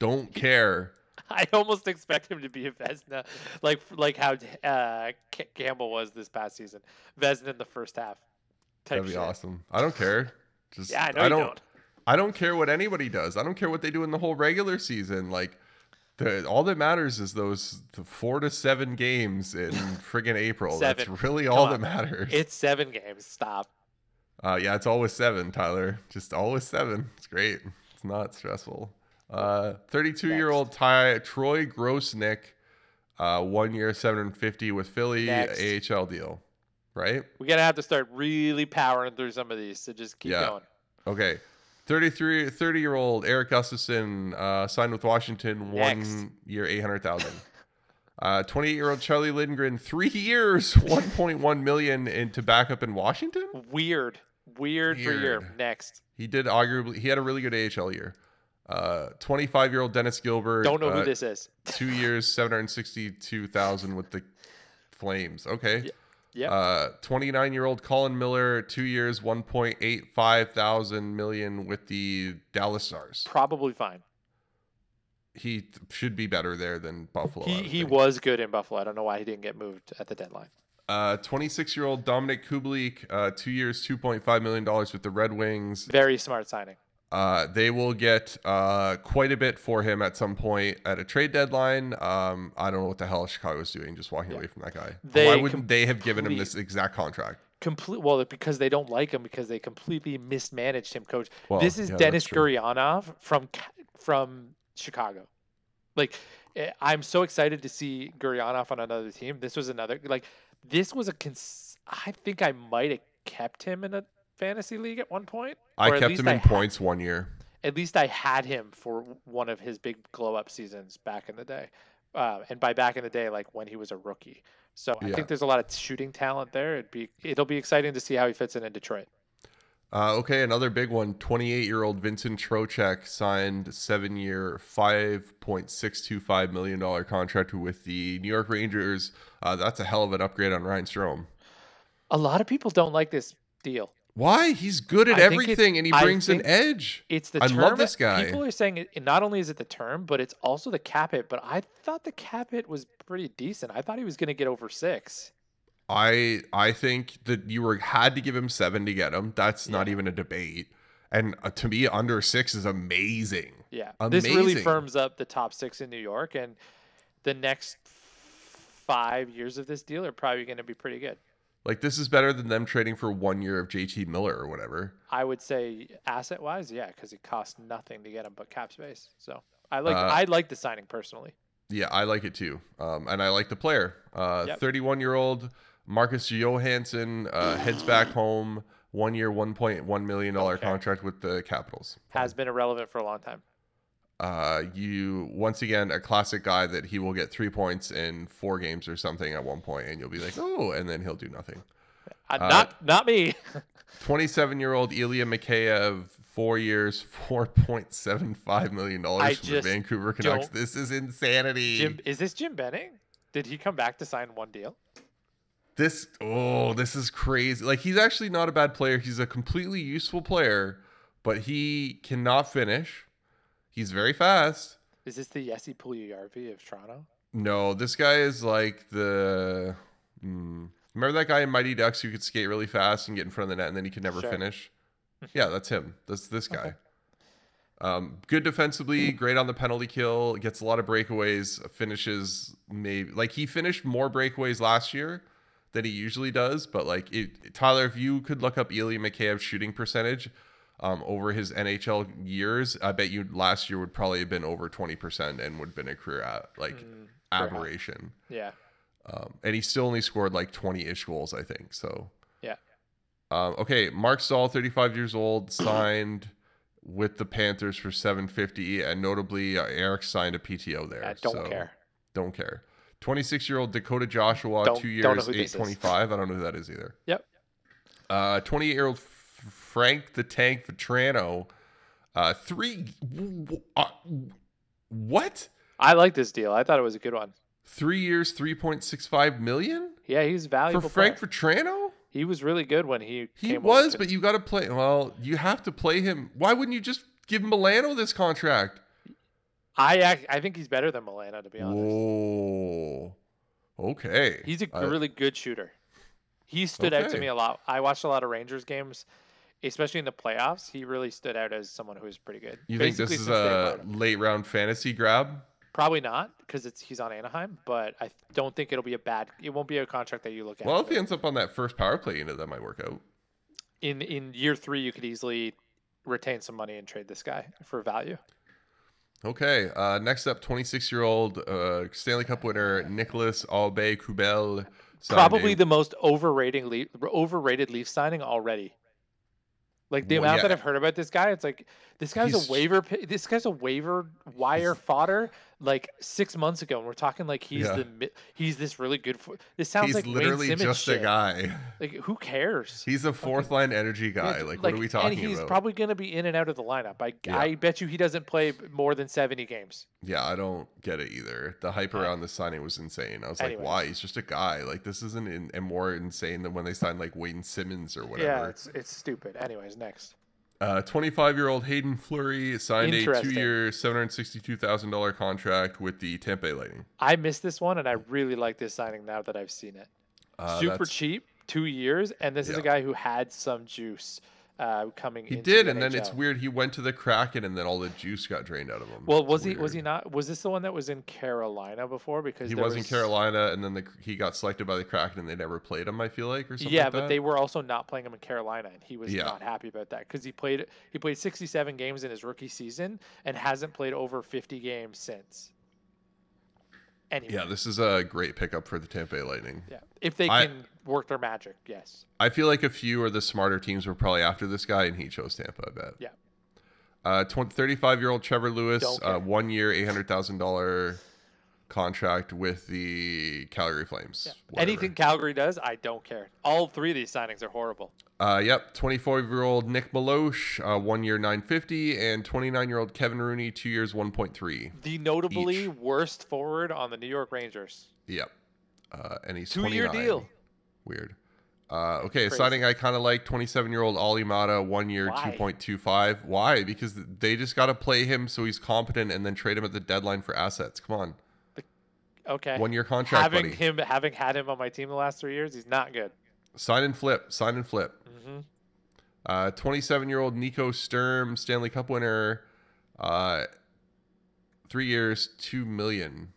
Don't care. *laughs* I almost expect him to be a Vesna, like like how uh, K- Campbell was this past season. Vesna in the first half. type That'd be shit. awesome. I don't care. Just Yeah, I know you don't. don't. I don't care what anybody does. I don't care what they do in the whole regular season. Like, the, all that matters is those the four to seven games *laughs* in friggin' April. Seven. That's really all Come that on. matters. It's seven games. Stop. uh, yeah, it's always seven, Tyler. Just always seven. It's great. It's not stressful. Uh, 32 year old Ty, Troy Grossnick, uh, one year, 750 with Philly Next. AHL deal, right? We're gonna have to start really powering through some of these. So just keep Yeah. going. Okay. 33 30 year old Eric Gustafson uh, signed with Washington one Next. year 800,000. Uh, 28 year old Charlie Lindgren, three *laughs* *laughs* years, 1.1 million into backup in Washington. Weird. Weird, for year. Weird. Next. He did arguably, he had a really good AHL year. 25 year old Dennis Gilbert, Don't know uh, who this is. two years, 762,000 with the Flames. Okay. Yep. Uh, 29 year old Colin Miller, two years, 1.85 thousand million with the Dallas Stars. Probably fine. He th- should be better there than Buffalo. He he was good in Buffalo. I don't know why he didn't get moved at the deadline. 26 year old Uh, Dominic Kubalik, uh, two years, 2.5 million dollars with the Red Wings. Very smart signing. Uh, they will get uh, quite a bit for him at some point at a trade deadline. Um, I don't know what the hell Chicago's doing, just walking Yeah. away from that guy. They Why wouldn't they have given him complete- this exact contract? Complete well because they don't like him because they completely mismanaged him, coach. Well, this is yeah, that's Dennis true. Gurianov from Ca- from Chicago. Like eh, I'm so excited to see Gurianov on another team. This was another like this was a cons- I think I might have kept him in a fantasy league at one point. I or at kept least him I in ha- points one year. At least I had him for one of his big glow up seasons back in the day. Uh, and by back in the day, like when he was a rookie. So I Yeah. think there's a lot of shooting talent there. It'd be it'll be exciting to see how he fits in in Detroit. Uh, okay, another big one. 28 year old Vincent Trocek signed seven year, $5.625 million contract with the New York Rangers. Uh, that's a hell of an upgrade on Ryan Strom. A lot of people don't like this deal. Why? He's good at I think it's- everything and he I brings an think edge. It's the I term. love this guy. People are saying it, not only is it the term, but it's also the cap hit. But I thought the cap hit was pretty decent. I thought he was going to get over six. I I think that you were had to give him seven to get him. That's not Yeah. even a debate. And uh, to me, under six is amazing. Yeah, this really Amazing. firms up the top six in New York, and the next five years of this deal are probably going to be pretty good. Like this is better than them trading for one year of JT Miller or whatever. I would say asset wise, yeah, because it costs nothing to get him but cap space. So I like Uh, I like the signing personally. Yeah, I like it too. Um, and I like the player. Uh, Yep. 31 year old Marcus Johansson uh, heads back home. One year, $1.1 million Okay. contract with the Capitals. Has been irrelevant for a long time. Uh, you, once again, a classic guy that he will get three points in four games or something at one point, and you'll be like, oh, and then he'll do nothing. Uh, Uh, not not me. 27 year old Ilya Mikheyev, four years, *laughs* $4.75 million I from the just Vancouver Canucks. don't- This is insanity. Jim, is this Jim Benning? Did he come back to sign one deal? this oh this is crazy like he's actually not a bad player he's a completely useful player but he cannot finish he's very fast Is this the Jesse Puljujarvi of Toronto? no this guy is like the mm, remember that guy in mighty ducks who could skate really fast and get in front of the net and then he could never Sure. *laughs* finish yeah that's him that's this guy Okay. um, good defensively great on the penalty kill gets a lot of breakaways finishes maybe like he finished more breakaways last year than he usually does. But like it, Tyler, if you could look up Ilya Mikheyev's shooting percentage um, over his NHL years, I bet you last year would probably have been over twenty percent and would have been a career a- like Mm, aberration. yeah. Um, and he still only scored like twenty ish goals, I think. So Yeah. Um, okay, Mark Stahl, thirty five years old, signed. With the Panthers for 750, and notably, uh, Eric signed a PTO there. I don't so- care. don't care. 26 year old Dakota Joshua, Don't- two don't know years, who this is. 825. I don't know who that is either. Yep. Uh, 28 year old Frank the Tank Vetrano, uh, three. w- w- uh, what? I like this deal. I thought it was a good one. Three years, 3.65 million Yeah, he's a for valuable. Frank player. Vetrano? he was really good when he He came over was, to- but you got to play. Well, you have to play him. Why wouldn't you just give Milano this contract? I act, I think he's better than Milano to be honest. Whoa. Okay. He's a g- I- really good shooter. He stood out to Okay. me a lot. I watched a lot of Rangers games, especially in the playoffs. He really stood out as someone who was pretty good. you think this Basically, is since they a acquired him. late round fantasy grab? probably not because it's he's on Anaheim, but I don't think it'll be a bad. It won't be a contract that you look at. Well, if he ends up on that first power play unit, that might work out. in in year three, you could easily retain some money and trade this guy for value. Okay. Uh, next up, 26 year old uh, Stanley Cup winner Nicholas Albe Kubel. signed probably a- the most overrated leaf, overrated leaf signing already. Like the Well, amount that yeah. I've heard about this guy, it's like this guy's He's- a waiver. pi- This guy's a waiver wire fodder. Like six months ago, and we're talking like he's Yeah. the mi- he's this really good. For, this sounds He's like literally Wayne Simmons just shit. a guy. Like who cares? He's a fourth line energy Yeah, guy. d- Like, what are we talking And he's about? probably going to be in and out of the lineup. I, Yeah. I bet you he doesn't play b- more than seventy games. yeah, I don't get it either. The hype Yeah. around this signing was insane. I was like, Anyways. why? He's just a guy. Like, this isn't in- and more insane than when they signed like Wayne Simmons or Yeah, whatever. it's it's stupid. Anyways, next. Uh, 25 year old Hayden Fleury signed a two Interesting. year, $762,000 contract with the Tempe Lightning. I missed this one, and I really like this signing now that I've seen it. Uh, super that's- cheap, two years, and this is a Yeah. guy who had some juice uh, coming. He into did, the and then it's NHL. weird. He went to the Kraken, and then all the juice got drained out of him. Well, It's was he was he weird. not? Was this the one that was in Carolina before? Because He there was in was- Carolina, and then the, he got selected by the Kraken, and they never played him. I feel like, or something. Yeah, like but that. they were also not playing him in Carolina, and he was Yeah. not happy about that because he played he played 67 games in his rookie season and hasn't played over 50 games since. Anyway, Yeah, this is a great pickup for the Tampa Bay Lightning. yeah. if they I- can work their magic, yes. I feel like a few of the smarter teams were probably after this guy, and he chose Tampa. I bet. Yeah. Uh, 35 year old Trevor Lewis, Don't care. uh, one year, eight hundred thousand dollar contract with the Calgary Flames. Whatever. Anything Calgary does, I don't care. All three of these signings are horrible. Uh, yep, 24-year-old Nick Malosh, uh, one year 950, and 29-year-old Kevin Rooney, two years 1.3. The notably worst forward on the New York Rangers. Yep, uh, and he's Two year 29. deal. Weird. Uh, okay, Crazy. signing I kind of like 27 year old Ali Mata, one year, Why? 2.25. Why? Because they just got to play him so he's competent and then trade him at the deadline for assets. Come on. Okay. One year contract, Eh, having buddy. him, having had him on my team the last three years, he's not good. Sign and flip. Sign and flip. hmm 27 year old Nico Sturm, Stanley Cup winner, uh, three years, two million.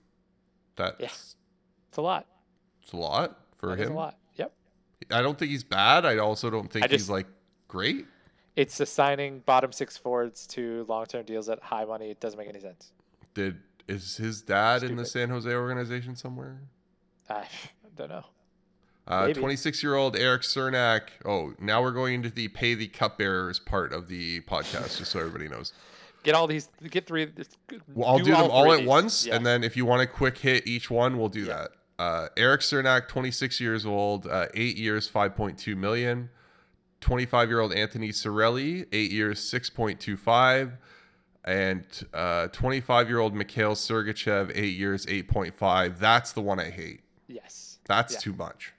That's It's a lot. it's a lot for That is him. a lot. Yep. I don't think he's bad. I also don't think I he's just- like great. It's assigning bottom six forwards to long-term deals at high money. It doesn't make any sense. Did is his dad in the Stupid. San Jose organization somewhere? I *laughs* don't know. Maybe. 26 year old Eric Cernak. Oh, now we're going into the pay the cupbearers part of the podcast, just so everybody *laughs* knows. Get all these. Get three. Well, I'll do, them all three at of these. once, Yeah. and then if you want a quick hit each one, we'll do Yeah. that. Uh, Eric Cernak, 26 years old, uh, eight years, 5.2 million. 25 year old Anthony Sorelli, eight years, 6.25. And 25 year old Mikhail Sergachev, eight years, 8.5. That's the one I hate. yes, That's Yeah. too much.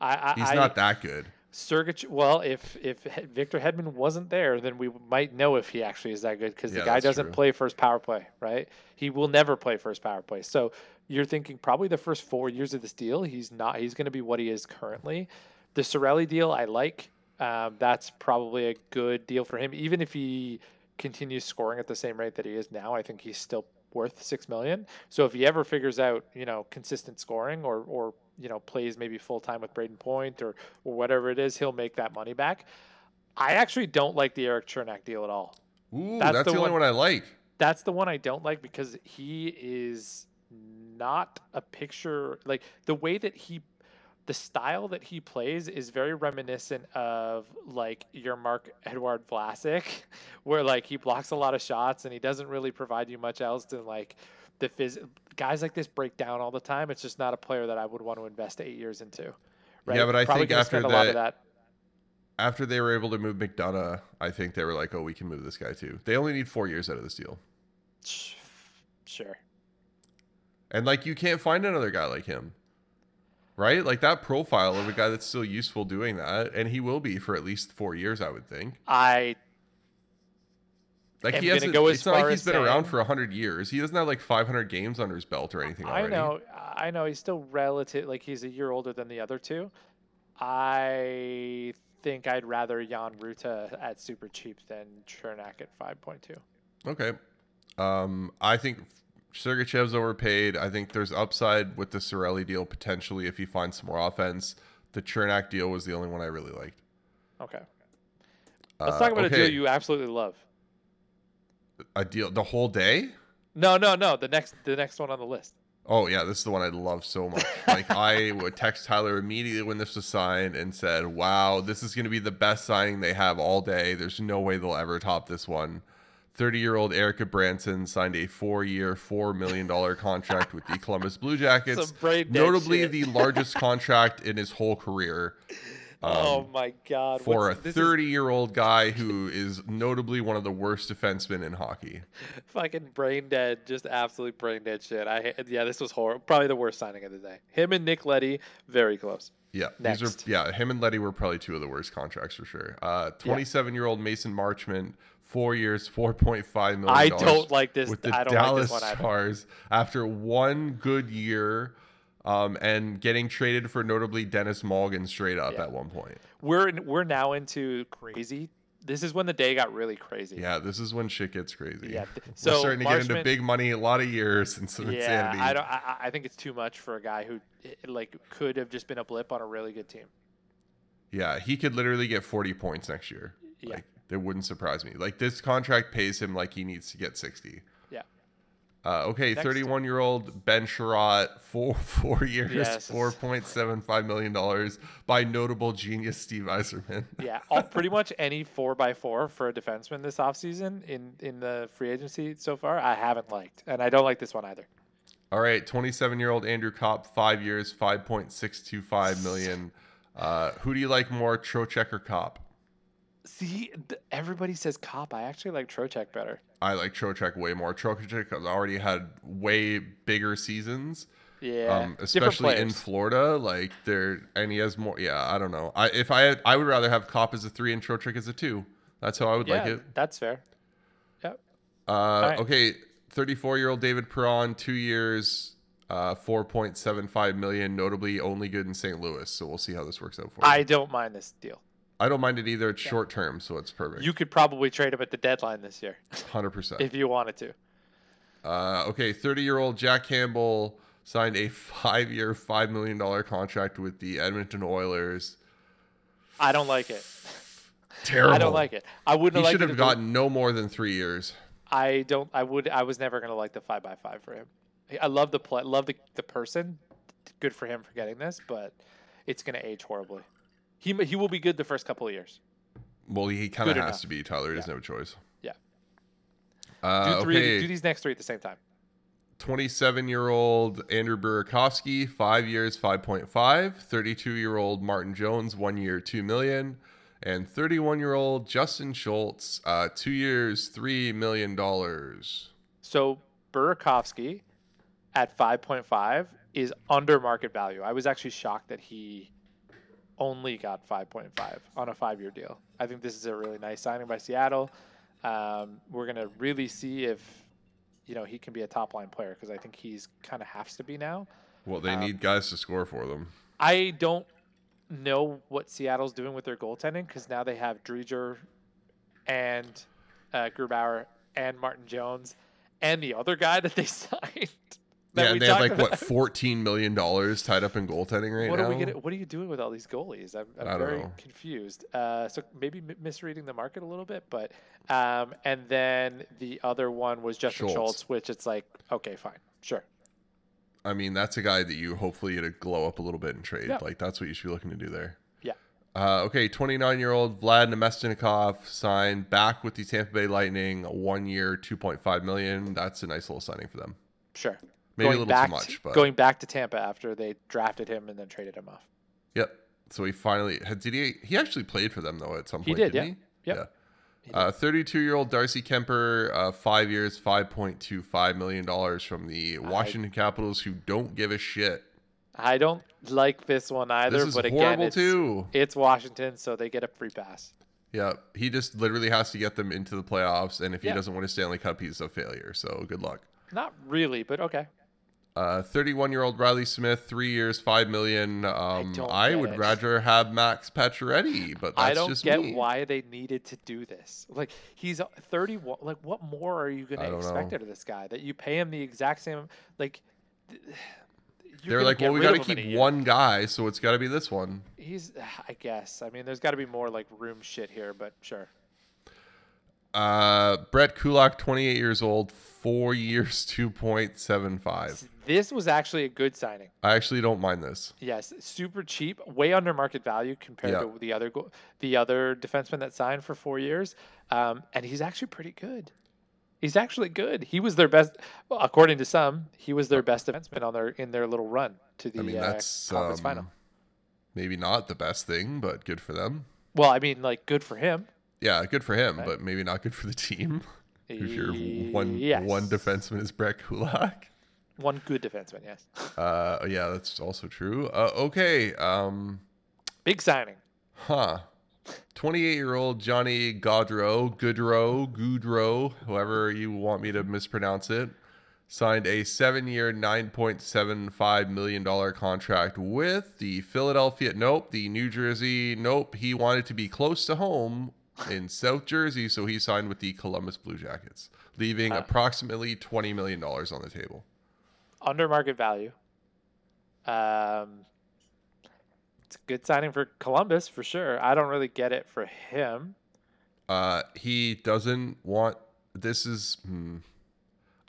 I. I He's I, not that good. Sergich. Well, if if He- Victor Hedman wasn't there, then we might know if he actually is that good because Yeah, the guy that's doesn't true. play first power play, right? He will never play first power play. So you're thinking probably the first four years of this deal, he's not. He's going to be what he is currently. The Sorelli deal, I like. Um, that's probably a good deal for him, even if he continues scoring at the same rate that he is now. I think he's still worth six million. So if he ever figures out, you know, consistent scoring or or you know plays maybe full time with Braden Point or or whatever it is, he'll make that money back. I actually don't like the Eric Chernak deal at all. Ooh, that's, That's the, the only one- one I like. That's the one I don't like because he is not a picture like the way that he the style that he plays is very reminiscent of like your Mark Edward Vlasic, *laughs* where like he blocks a lot of shots and he doesn't really provide you much else than like the phys- guys like this break down all the time. It's just not a player that I would want to invest eight years into. Right? Yeah, but I Probably think gonna after spend a lot of that- that After they were able to move McDonough, I think they were like, oh, we can move this guy too. They only need four years out of this deal. Sh- *sniffs* Sure. And like, you can't find another guy like him, right? Like, that profile of a guy that's still useful doing that. And he will be for at least four years, I would think. I Like, I'm he gonna hasn't, go as it's not like far he's as been around saying- for 100 years. He doesn't have like 500 games under his belt or anything already. I know I know he's still relative like he's a year older than the other two. I think I'd rather Jan Ruta at super cheap than Chernak at 5.2. Okay. Um, I think Sergachev's overpaid. I think there's upside with the Sorelli deal potentially if he finds some more offense. The Chernak deal was the only one I really liked. Okay. Let's Uh, talk about a deal you absolutely love. a deal the whole day. No, no, no. The next the next one on the list. Oh yeah, this is the one I love so *laughs* much. Like I would text Tyler immediately when this was signed and said, "Wow, this is going to be the best signing they have all day. There's no way they'll ever top this one." 30-year-old Erica Branson signed a 4-year, $4 million contract with the Columbus Blue Jackets. *laughs* Some brain dead notably shit. the *laughs* largest contract in his whole career um, oh my god. for a what's- this is 30 year old guy who is notably one of the worst defensemen in hockey. fucking brain dead, just absolutely brain dead shit. I ha- yeah, this was horrible. Probably the worst signing of the day. Him and Nick Letty, very close. Yeah, Next. these are yeah. Him and Letty were probably two of the worst contracts for sure. Uh, 27 year old Mason Marchman, four years, 4.5 million. I don't like this. Oh with the I don't Dallas like this one either. Stars after one good year. Um, and getting traded for notably Dennis Morgan straight up Yeah. at one point. we're in, we're now into crazy. This is when the day got really crazy. Yeah, this is when shit gets crazy. Yeah. th- So So We're starting to get into Marchman- big money, a lot of years, and some Yeah, insanity. I don't. I, I- I think it's too much for a guy who eh, like could have just been a blip on a really good team. Yeah, he could literally get 40 points next year. Yeah. Like, it wouldn't surprise me. Like, this contract pays him like he needs to get 60. Yeah. Uh, okay, Next. 31 year old Ben Sherratt, four, *laughs* four years, Yes. $4.75 million by notable genius Steve Eiserman. *laughs* Yeah, all pretty much any four by four for a defenseman this offseason in in the free agency so far, I haven't liked, and I don't like this one either. All right, 27 year old Andrew Kopp, five years, $5.625 million. Uh, who do you like more, Trocheck or Kopp? See, th- everybody says cop. I actually like Trocheck better. I like Trocheck way more. Trocheck has already had way bigger seasons. Yeah. um, different especially in players. Florida. Like there, and he has more. Yeah, I don't know. I if I had, I would rather have Cop as a three and Trotrick as a two. That's how I would yeah, like it. that's fair. Yep. Uh, right. Okay, thirty-four-year-old David Perron, two years, uh, four point seven five million. Notably, only good in St. Louis. So we'll see how this works out for I him. don't mind this deal. I don't mind it either. It's short term, so it's perfect. You could probably trade him at the deadline this year Hundred percent. if you wanted to. Uh, okay, 30 year old Jack Campbell signed a five year, $5 million contract with the Edmonton Oilers. I don't like it. Terrible. I don't like it. I He wouldn't like should have it. gotten no more than three years. I don't. I would. I was never gonna like the five by five for him. I love the play. Love the the person. Good for him for getting this, but it's gonna age horribly. He m- he will be good the first couple of years. Well, he kind of Good has enough. to be, Tyler. He doesn't have a choice. Yeah. Do Uh, three. okay, Do these next three at the same time. 27 year old Andrew Burakovsky, five years, 5.5. 32 year old Martin Jones, one year, 2 million. And 31 year old Justin Schultz, uh, two years, $3 million. So Burakovsky at 5.5 is under market value. I was actually shocked that he only got 5.5 on a five-year deal. I think this is a really nice signing by Seattle. Um, we're gonna really see if you know he can be a top-line player because I think he's kind of has to be now. Well, they Um, need guys to score for them. I don't know what Seattle's doing with their goaltending because now they have Dreger and uh, Grubauer and Martin Jones and the other guy that they *laughs* signed. that yeah, we and they have talked like what about. *laughs* fourteen million dollars tied up in goaltending right What now. are we gonna, What are you doing with all these goalies? I'm, I don't I'm very know. confused. Uh, so maybe m- misreading the market a little bit, but um, and then the other one was Justin Schultz. Schultz, which it's like okay, fine, sure. I mean, that's a guy that you hopefully get to glow up a little bit in trade. Yeah. Like that's what you should be looking to do there. Yeah. Uh, okay, twenty-nine-year-old Vlad Nemesnikov signed back with the Tampa Bay Lightning, one year, two point five million. That's a nice little signing for them. Sure. Maybe a Going little back too to- much, but going back to Tampa after they drafted him and then traded him off. yep. So he finally had did he he actually played for them though at some He point, did, not yeah. he? Yep. Yeah. He did. Uh, 32-year-old Darcy Kemper, uh, five years, five point two five million dollars from the Washington Capitals, who don't give a shit. I don't like this one either. This is but again, horrible it's, too. it's Washington, so they get a free pass. Yeah, he just literally has to get them into the playoffs, and if he Yeah. doesn't win a Stanley Cup, he's a failure. So good luck. Not really, but okay. Uh, 31-year-old Riley Smith, three years, five million. Um, don't I, get would it. rather have Max Pacioretty, but that's I don't just get me. why they needed to do this. Like he's 31. Like what more are you going I to don't expect know. out of this guy? That you pay him the exact same. Like *sighs* th- you're They're gonna like, get well, we rid got to of him in a keep year. one guy, so it's got to be this one. He's, *sighs* I guess. I mean, there's got to be more like room shit here, but sure. Uh, Brett Kulak, 28 years old, four *laughs* years, 2.75. This was actually a good signing. I actually don't mind this. Yes, super cheap, way under market value compared Yeah. to the other go- the other defenseman that signed for four years, um, and he's actually pretty good. He's actually good. He was their best, well, according to some, he was their best defenseman on their in their little run to the I mean, uh, that's conference um, final. Maybe not the best thing, but good for them. Well, I mean, like, good for him. Yeah, good for him, Right. but maybe not good for the team. *laughs* If your one Yes. one defenseman is Brett Kulak. one good defenseman, yes, *laughs* Uh, yeah, that's also true. Uh, okay. Um, big signing. huh. 28 year old Johnny Gaudreau, Goodrow, Goudreau, however you want me to mispronounce it, signed a seven year, $9.75 million contract with the Philadelphia, nope, the New Jersey, nope. He wanted to be close to home in South Jersey, so he signed with the Columbus Blue Jackets, leaving Ah. approximately $20 million on the table. under market value. Um, it's a good signing for Columbus for sure. I don't really get it for him. Uh, he doesn't want. This is. Hmm,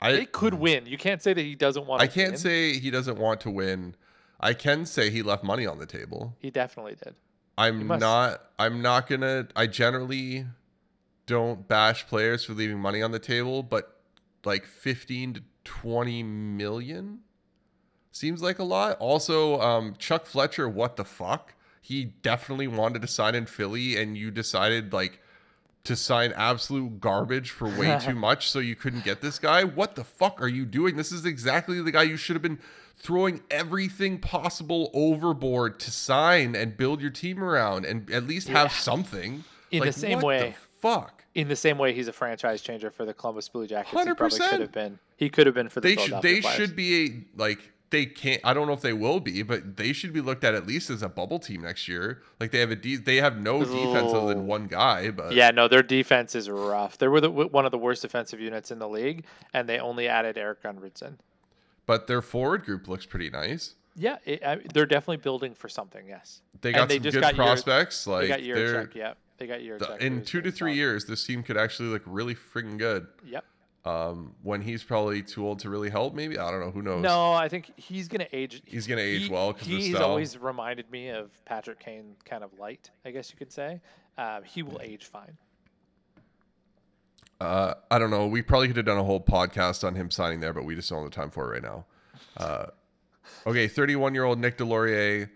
I They could win. You can't say that he doesn't want. I to can't win. say he doesn't want to win. I can say he left money on the table. he definitely did. I'm must. not. I'm not gonna. I generally don't bash players for leaving money on the table, but like 15 to 20 million seems like a lot. Also, um, Chuck Fletcher, what the fuck? He definitely wanted to sign in Philly, and you decided like to sign absolute garbage for way *laughs* too much so you couldn't get this guy? What the fuck are you doing? This is exactly the guy you should have been throwing everything possible overboard to sign and build your team around and at least have Yeah. something. In the same what way- The fuck. In the same way, he's a franchise changer for the Columbus Blue Jackets. He probably 100%. could have been. He could have been for the They should Philadelphia they Flyers. should be a like they can't I don't know if they will be, but they should be looked at at least as a bubble team next year. Like they have a de- they have no defense other Ooh. than one guy, but Yeah, no, their defense is rough. They were the, w- one of the worst defensive units in the league, and they only added Eric Gunnarsson. but their forward group looks pretty nice. Yeah, it, I, they're definitely building for something. Yes, They And got they some just good got Yuri- prospects. they like got year they're check. Yeah, they got year the- check. in two to three years, this team could actually look really freaking good. Yep. Um, when he's probably too old to really help, maybe I don't know. Who knows? No, I think he's gonna age. He's gonna age he- well 'cause of his he's style. always reminded me of Patrick Kane, kind of light, I guess you could say. Um, he will age fine. Uh, I don't know. We probably could have done a whole podcast on him signing there, but we just don't have the time for it right now. Uh, okay, 31 year old Nick Delorier,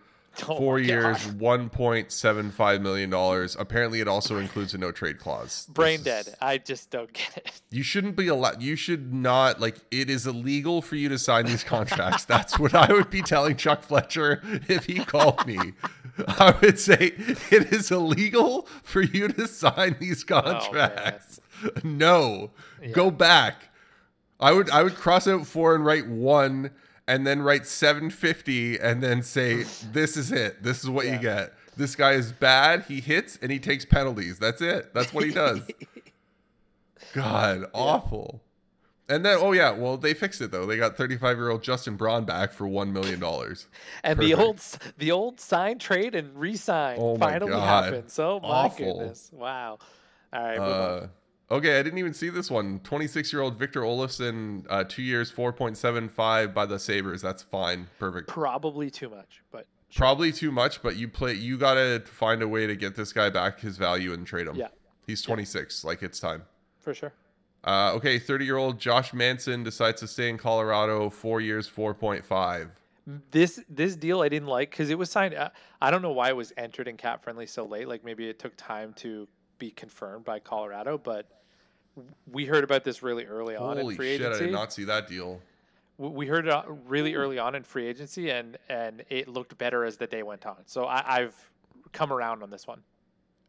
Oh four my God. years, 1.75 million dollars. Apparently, it also includes a no trade clause. This Brain is- dead. I just don't get it. You shouldn't be allowed. You should not like. It is illegal for you to sign these contracts. That's what I would be telling Chuck Fletcher if he called me. I would say it is illegal for you to sign these contracts. no, go back. I would I would cross out four and write one, and then write seven fifty, and then say this is it. This is what Yeah. you get. This guy is bad. He hits and he takes penalties. That's it. That's what he does. God, awful. And then, oh yeah, well they fixed it though. They got 35 year old Justin Braun back for one million *laughs* dollars. And the Perfect. old s- the old sign trade and re-sign Oh my finally God. happened. So my Awful. goodness. Wow. All right. move on. Uh, okay, I didn't even see this one. 26 year old Victor Olofsson, uh, two years, 4.75 by the Sabers. That's fine, perfect. Probably too much, but Probably too much, but you play. You gotta find a way to get this guy back his value and trade him. Yeah. he's 26. Like it's time. for sure. Uh, okay, 30 year old Josh Manson decides to stay in Colorado. Four years, 4.5. This this deal I didn't like because it was signed. Uh, I don't know why it was entered in cap friendly so late. Like maybe it took time to be confirmed by Colorado, but we heard about this really early on Holy in free shit! agency. I did not see that deal. w- we heard it o- really early on in free agency, and and it looked better as the day went on. So I, I've come around on this one.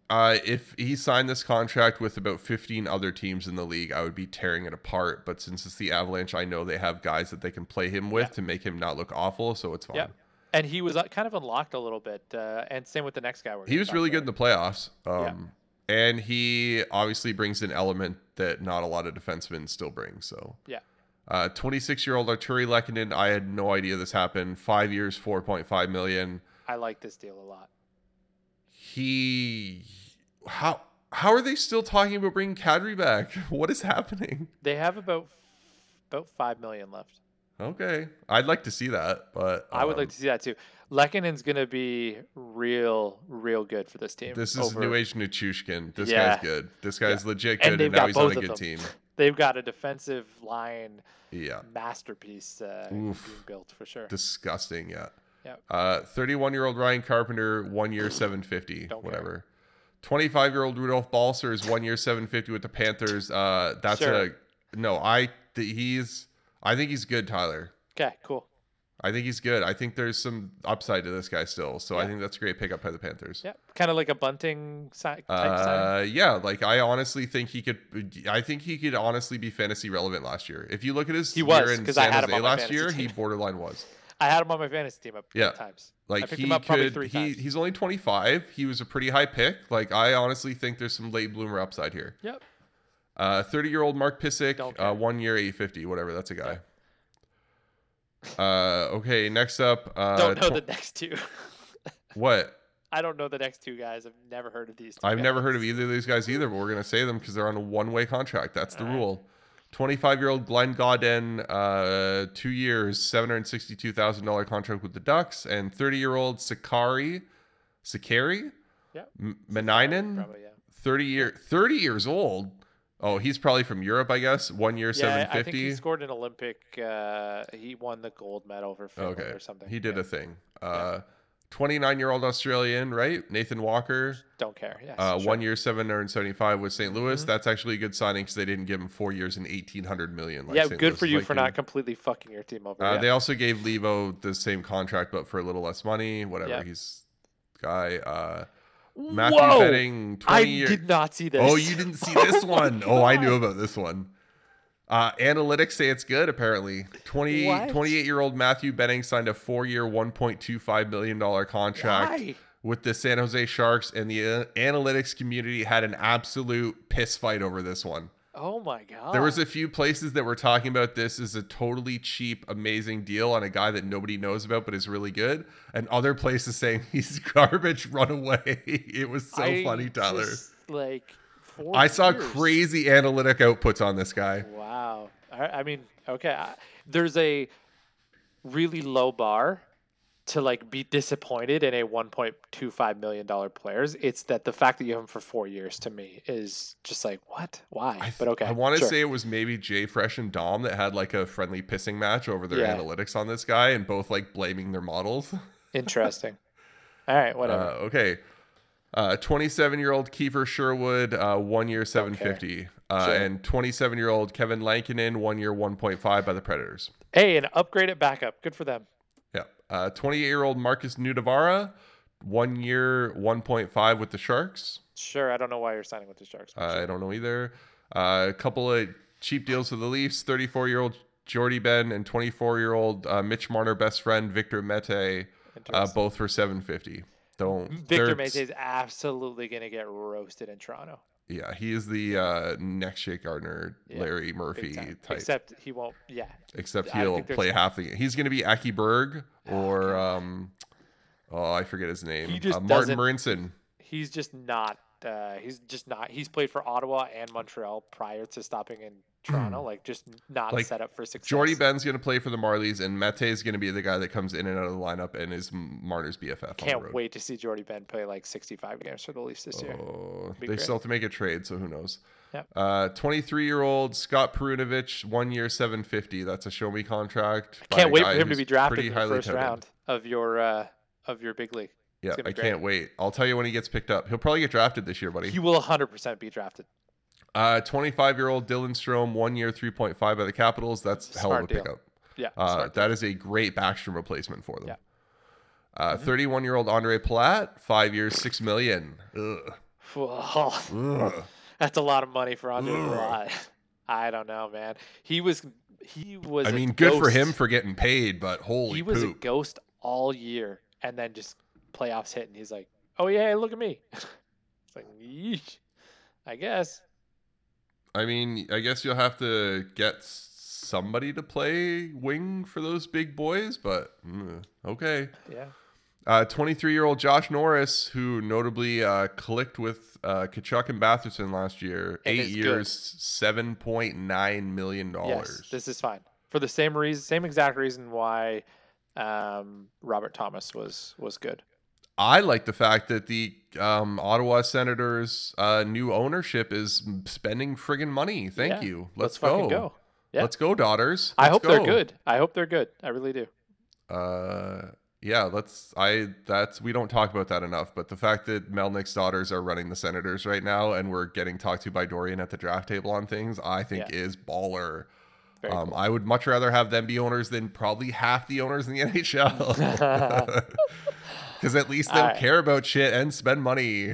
Uh, if he signed this contract with about 15 other teams in the league, I would be tearing it apart. But since it's the Avalanche, I know they have guys that they can play him with Yeah. to make him not look awful, so it's fine. Yep. And he was uh, kind of unlocked a little bit, uh, and same with the next guy. We're He gonna was talk really good about. in the playoffs. Um, And he obviously brings an element that not a lot of defensemen still bring. So, Yeah. Uh, 26-year-old Arturi Lekkinen, I had no idea this happened. Five years, 4.5 million. I like this deal a lot. He, how how are they still talking about bringing Kadri back? *laughs* What is happening? They have about about five million left. Okay, I'd like to see that, but I would um, like to see that too. Lekkinen's gonna be real, real good for this team. This is over- new age Nichushkin. This Yeah. guy's good. This guy's legit And good, and, they've now got he's on a both of good them. team. They've got a defensive line Yeah, masterpiece uh, Oof. being built for sure. disgusting. Yeah. Yep. Uh, thirty-one-year-old Ryan Carpenter, one year, seven fifty, Don't care. whatever. Twenty-five-year-old Rudolph Balser is one year, seven fifty with the Panthers. Uh, that's Sure. a no. I th- he's. I think he's good, Tyler. Okay, cool. I think he's good. I think there's some upside to this guy still. So I Yeah. think that's a great pickup by the Panthers. Yeah, kind of like a bunting si- type sign. Uh, yeah, like I honestly think he could. I think he could honestly be fantasy relevant last year. If you look at his He year was, in 'cause I San had him Jose on my last fantasy year, he team. borderline was I had him on my fantasy team up Yeah. yeah. times. I like picked he him up probably could. three he times. he's only 25. He was a pretty high pick. Like I honestly think there's some late bloomer upside here. Yep. Uh, 30 year old Mark Pissick, Don't care. uh, one year 850, whatever. That's a guy. Uh, okay. Next up, uh, Don't know tw- the next two. *laughs* what? I don't know the next two guys. I've never heard of these. Two I've never guys. heard of either of these guys either, but we're gonna say them because they're on a one-way contract. That's the All right. rule. Twenty-five-year-old Glenn Godden, uh, two years, seven hundred sixty-two thousand dollar contract with the Ducks, and thirty-year-old Sakari, Sakari, Yep. M- Meninen, Probably, yeah. thirty year, thirty years old. Oh, he's probably from Europe, I guess. One year, Yeah, seven I think he fifty. scored an Olympic. Uh, he won the gold medal for Finland Okay, or something. he did yeah. a thing. Uh, 29 year old Australian, right? Nathan Walker, Don't care. Yes, uh, sure. one year, 775 with St. Louis. Mm-hmm. That's actually a good signing because they didn't give him four years and 1800 million. Like yeah, St. good Louis for is you like for doing. not completely fucking your team over. Uh, yeah. They also gave Levo the same contract, but for a little less money. Whatever. Yeah. He's guy. Uh, Matthew Whoa! Betting, 20 I years. did not see this. Oh, you didn't see *laughs* this one. Oh, I knew about this one. Uh, analytics say it's good, apparently. 20, What? 28 year old Matthew Benning signed a four year, $1.25 million contract Why? with the San Jose Sharks, and the uh, analytics community had an absolute piss fight over this one. Oh my god. There was a few places that were talking about this as a totally cheap, amazing deal on a guy that nobody knows about but is really good, and other places saying *laughs* he's garbage, run away. *laughs* It was so I funny, Tyler. just, like. Four I saw years. crazy analytic outputs on this guy. Wow. I, I mean, okay. I, there's a really low bar to like be disappointed in a 1.25 million dollar players. It's that the fact that you have him for four years to me is just like what? Why? I th- but okay. I want to sure. say *laughs* it was maybe Jay Fresh and Dom that had like a friendly pissing match over their Yeah. analytics on this guy and both like blaming their models. *laughs* interesting. All right. Whatever. Uh, okay. Uh, 27 year old Kiefer Sherwood, uh, one year 750. Uh, Sure. And 27 year old Kevin Lankinen, one year 1.5 by the Predators. hey, an upgrade at backup. Good for them. Yeah. Uh, 28 year old Marcus Nudavara, one year 1.5 with the Sharks. Uh, Sure. I don't know why you're signing with the Sharks. but I don't know either. Uh, a couple of cheap deals for the Leafs. 34 year old Jordy Ben and 24 year old uh, Mitch Marner best friend Victor Mete, uh, interesting. both for 750. Don't Victor they're- Mete is absolutely going to get roasted in Toronto. Yeah, he is the uh, next Shake Gardner, Yeah, Larry big Murphy time. type. Except, Except he won't. Yeah. I he'll think there's- play half the. He's going to be Aki Berg or um, oh, I forget his name. He just uh, Martin doesn't- Marinson. he's just not uh, he's just not he's played for Ottawa and Montreal prior to stopping in Toronto like just not Hmm. Like, set up for success. Jordy Ben's going to play for the Marlies, and Mete is going to be the guy that comes in and out of the lineup and is Marner's BFF. on the can't road. wait to see Jordy Ben play like 65 games for the Leafs this year. Oh, Be they great. still have to make a trade, so who knows? Yep. Uh, 23 year old Scott Perunovich, one year, 750. That's a show me contract. by Can't a wait guy for him to who's pretty be drafted in the highly first touted. round of your uh, of your big league. Yeah, gonna be I great. can't wait. I'll tell you when he gets picked up. He'll probably get drafted this year, buddy. He will 100% be drafted. Uh, 25 year old Dylan Strom, one year, 3.5 by the Capitals. That's a hell of a Smart deal. pickup. Yeah. Uh, smart. that is a great Backstrom replacement for them. Yeah. Mm-hmm. Uh, 31 year old Andre Palat, five years, six million. Ugh. Whoa. Ugh. *laughs* That's a lot of money for Andre Ugh. Palat. *laughs* I don't know, man. He was he was I a mean, good for ghost. him for getting paid, but holy he was poop. a ghost all year, and then just playoffs hit, and he's like, "Oh yeah, hey, look at me." *laughs* it's like, yeesh. I guess. I mean, I guess you'll have to get s- somebody to play wing for those big boys, but mm, okay. Yeah. Uh, 23-year-old Josh Norris, who notably uh, clicked with uh, Kachuk and Batherson last year, And eight is good. years, seven point nine million dollars. Yes, this is fine for the same reason, same exact reason why um, Robert Thomas was was good. I like the fact that the um, Ottawa Senators' uh, new ownership is spending friggin' money. Thank Yeah, you. Let's, fucking go. go. Yeah. Let's go, daughters. I Let's hope they're go. good. I hope they're good. I really do. uh yeah let's i that's we don't talk about that enough but the fact that melnick's daughters are running the senators right now and we're getting talked to by dorian at the draft table on things i think is baller Very um i would much rather have them be owners than probably half the owners in the *laughs* nhl because at least they'll Alright. care about shit and spend money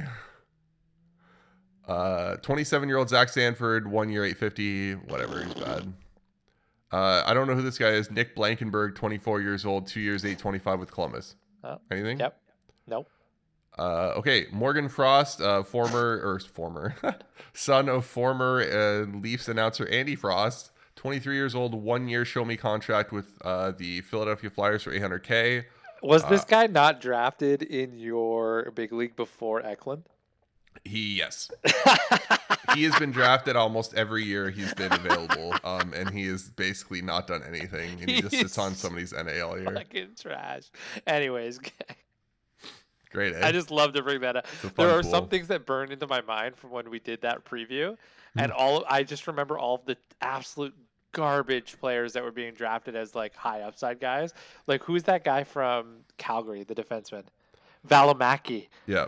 uh 27 year old zach sanford one year 850 whatever he's bad uh, I don't know who this guy is. Nick Blankenberg, 24 years old, two years, 825 with Columbus. Oh, Anything? Yep. Nope. Uh, okay. Morgan Frost, uh, former or former *laughs* son of former uh, Leafs announcer Andy Frost, 23 years old, one year show me contract with uh, the Philadelphia Flyers for 800K. Was Uh, this guy not drafted in your big league before Eklund? He, yes. he has been drafted almost every year he's been available. Um, and he has basically not done anything. And he just sits on He's somebody's NAL *laughs* year. Fucking trash. Anyways, *laughs* Great. eh? I just love to bring that up. a fun There are some pool. things that burn into my mind from when we did that preview, Hmm. and all I just remember all of the absolute garbage players that were being drafted as like high upside guys. Like who's that guy from Calgary, the defenseman? Valimaki. *laughs* Yeah.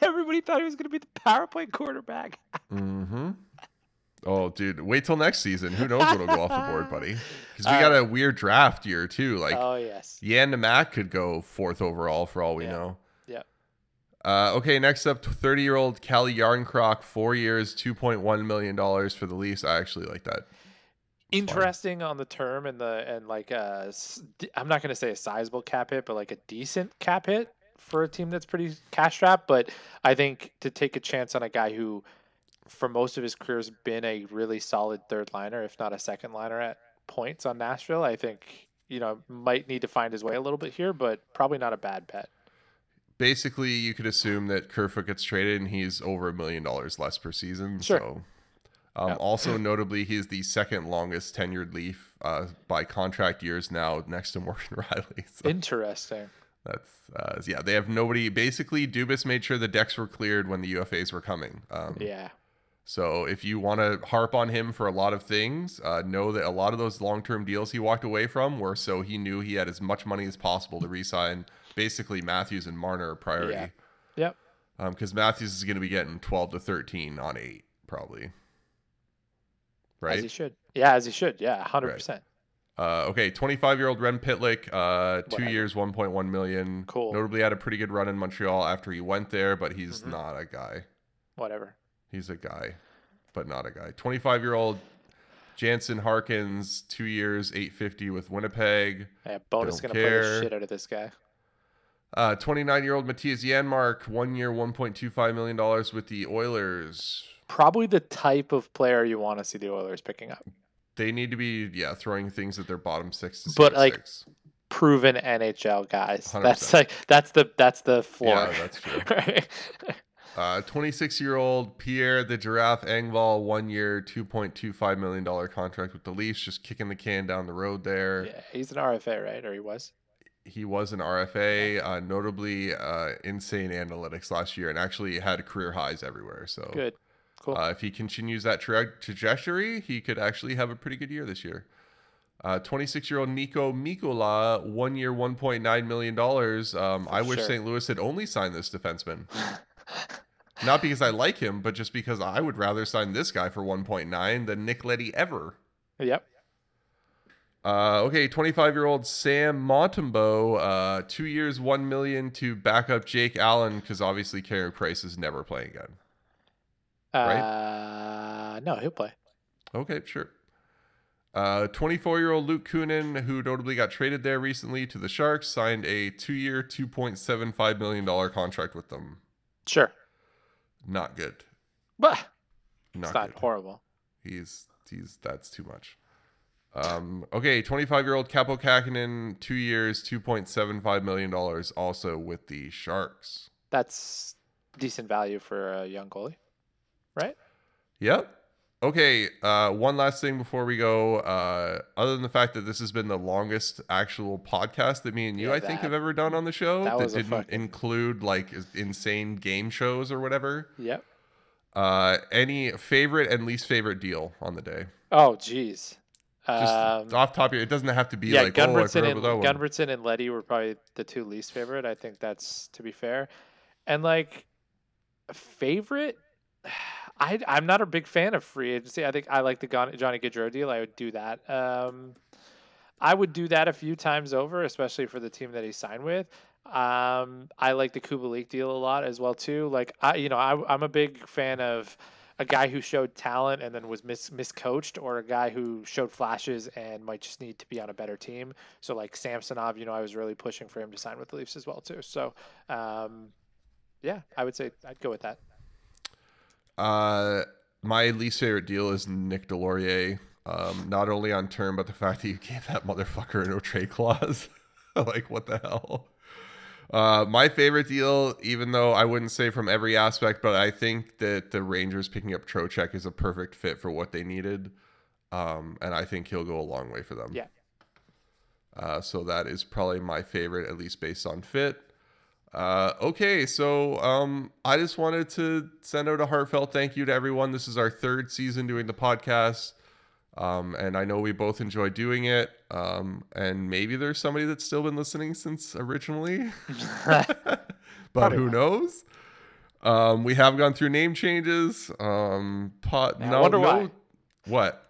Everybody thought he was going to be the power play quarterback. Mm-hmm. Oh, dude, wait till next season. Who knows what'll go off the board, *laughs* buddy? Because we Uh, got a weird draft year too. Like oh yes. Yan to Mac could go fourth overall for all we Yeah. know. Yeah. Uh, okay, next up, 30 year old Callie Yarncroc, four years, $2.1 million for the Leafs. I actually like that. Interesting on the term and the and like uh s- d- I'm not going to say a sizable cap hit, but like a decent cap hit for a team that's pretty cash strapped. But I think to take a chance on a guy who, for most of his career, has been a really solid third liner, if not a second liner at points on Nashville, I think you know might need to find his way a little bit here, but probably not a bad bet. Basically, you could assume that Kerfoot gets traded and he's over a million dollars less per season. Sure. So, um, Yeah. *laughs* Also, notably, he is the second longest tenured Leaf uh, by contract years now, next to *laughs* Morgan Riley. So Interesting. that's, uh, yeah, they have nobody. Basically, Dubas made sure the decks were cleared when the UFAs were coming. Um, Yeah. So if you want to harp on him for a lot of things, uh, know that a lot of those long-term deals he walked away from were so he knew he had as much money as possible to re-sign basically Matthews and Marner priority. Yep. Because Matthews is going to be getting 12 to 13 on eight probably. As he Right. should. Yeah, as he should. Yeah, hundred percent. Uh, okay. 25-year-old Ren Pitlick, uh, two Whatever. years, 1.1 million. Cool. Notably had a pretty good run in Montreal after he went there, but he's Mhm. not a guy. Whatever. He's a guy, but not a guy. 25 year old Jansen Harkins, two years, 850 with Winnipeg. Yeah, bonus Don't gonna play care. the shit out of this guy. Uh, 29 year old Matthias Janmark, one year, 1.25 million dollars with the Oilers. Probably the type of player you want to see the Oilers picking up. They need to be yeah throwing things at their bottom six. To see But, what like, sticks. Proven NHL guys. That's 100%. like that's the that's the floor. yeah, *laughs* that's true. Right? Uh, 26 year old Pierre the Giraffe Engvall, one year, 2.25 million dollar contract with the Leafs, just kicking the can down the road there. yeah, he's an RFA, right? Or he was. he was an RFA, uh, notably uh, insane analytics last year, and actually had career highs everywhere. So, Good. Cool. uh, if he continues that tra- trajectory, he could actually have a pretty good year this year. 26 year old Nico Mikola, one year, $1.9 million. Um, I wish sure. St. Louis had only signed this defenseman. Not because I like him, but just because I would rather sign this guy for 1.9 than Nick Letty ever. yep. Uh, okay, 25 year old Sam Montembeau, uh, two years, one million to back up Jake Allen because obviously Carey Price is never playing again. Uh, right? No, he'll play. Okay, sure. Uh, 24 year old Luke Kunin, who notably got traded there recently to the Sharks, signed a two year, $2.75 million contract with them. Sure. Not good. But Not, it's not good. horrible. He's he's that's too much. Um, okay, 25 year old Capo Kakinen, two years, $2.75 million, also with the Sharks. That's decent value for a young goalie. Yep. Okay. Uh, one last thing before we go. Uh, other than the fact that this has been the longest actual podcast that me and you, Yeah, I think, that- have ever done on the show that that, was a didn't fucking- include like is- insane game shows or whatever. Yep. Uh, any favorite and least favorite deal on the day? Oh, jeez. Just Um, off topic. It doesn't have to be yeah, like oh, I Gunbertson forgot and about that one. Gunbertson and Letty were probably the two least favorite. I think that's to be fair, and like favorite, *sighs* I I'm not a big fan of free agency. I think I like the Gon- Johnny Gaudreau deal. I would do that. Um, I would do that a few times over, especially for the team that he signed with. Um, I like the Kubalik deal a lot as well too. Like I, you know, I, I'm a big fan of a guy who showed talent and then was mis- miscoached or a guy who showed flashes and might just need to be on a better team. So like Samsonov, you know, I was really pushing for him to sign with the Leafs as well too. So um yeah, I would say I'd go with that. Uh, my least favorite deal is Nick Delorier. Um, not only on term, but the fact that you gave that motherfucker an no trade clause. *laughs* like, what the hell? Uh, my favorite deal, even though I wouldn't say from every aspect, but I think that the Rangers picking up Trocheck is a perfect fit for what they needed. Um, and I think he'll go a long way for them. Yeah. Uh, so that is probably my favorite, at least based on fit. Uh, okay, so um, I just wanted to send out a heartfelt thank you to everyone. This is our third season doing the podcast, um, and I know we both enjoy doing it. Um, and maybe there's somebody that's still been listening since originally. *laughs* but Probably who not. knows? Um, we have gone through name changes. Um, pot, Man, I no, wonder no, why. what?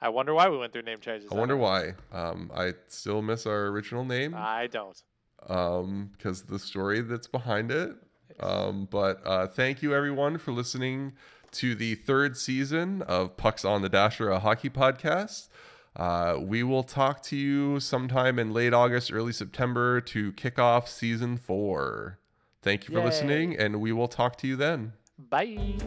I wonder why we went through name changes. I wonder don't- why. Um, I still miss our original name. I don't. um, because the story that's behind it. Um, but uh, thank you everyone for listening to the third season of Pucks on the Dasher, a hockey podcast. Uh, we will talk to you sometime in late August, early September to kick off season four. Thank you for Yay. listening, and we will talk to you then. Bye.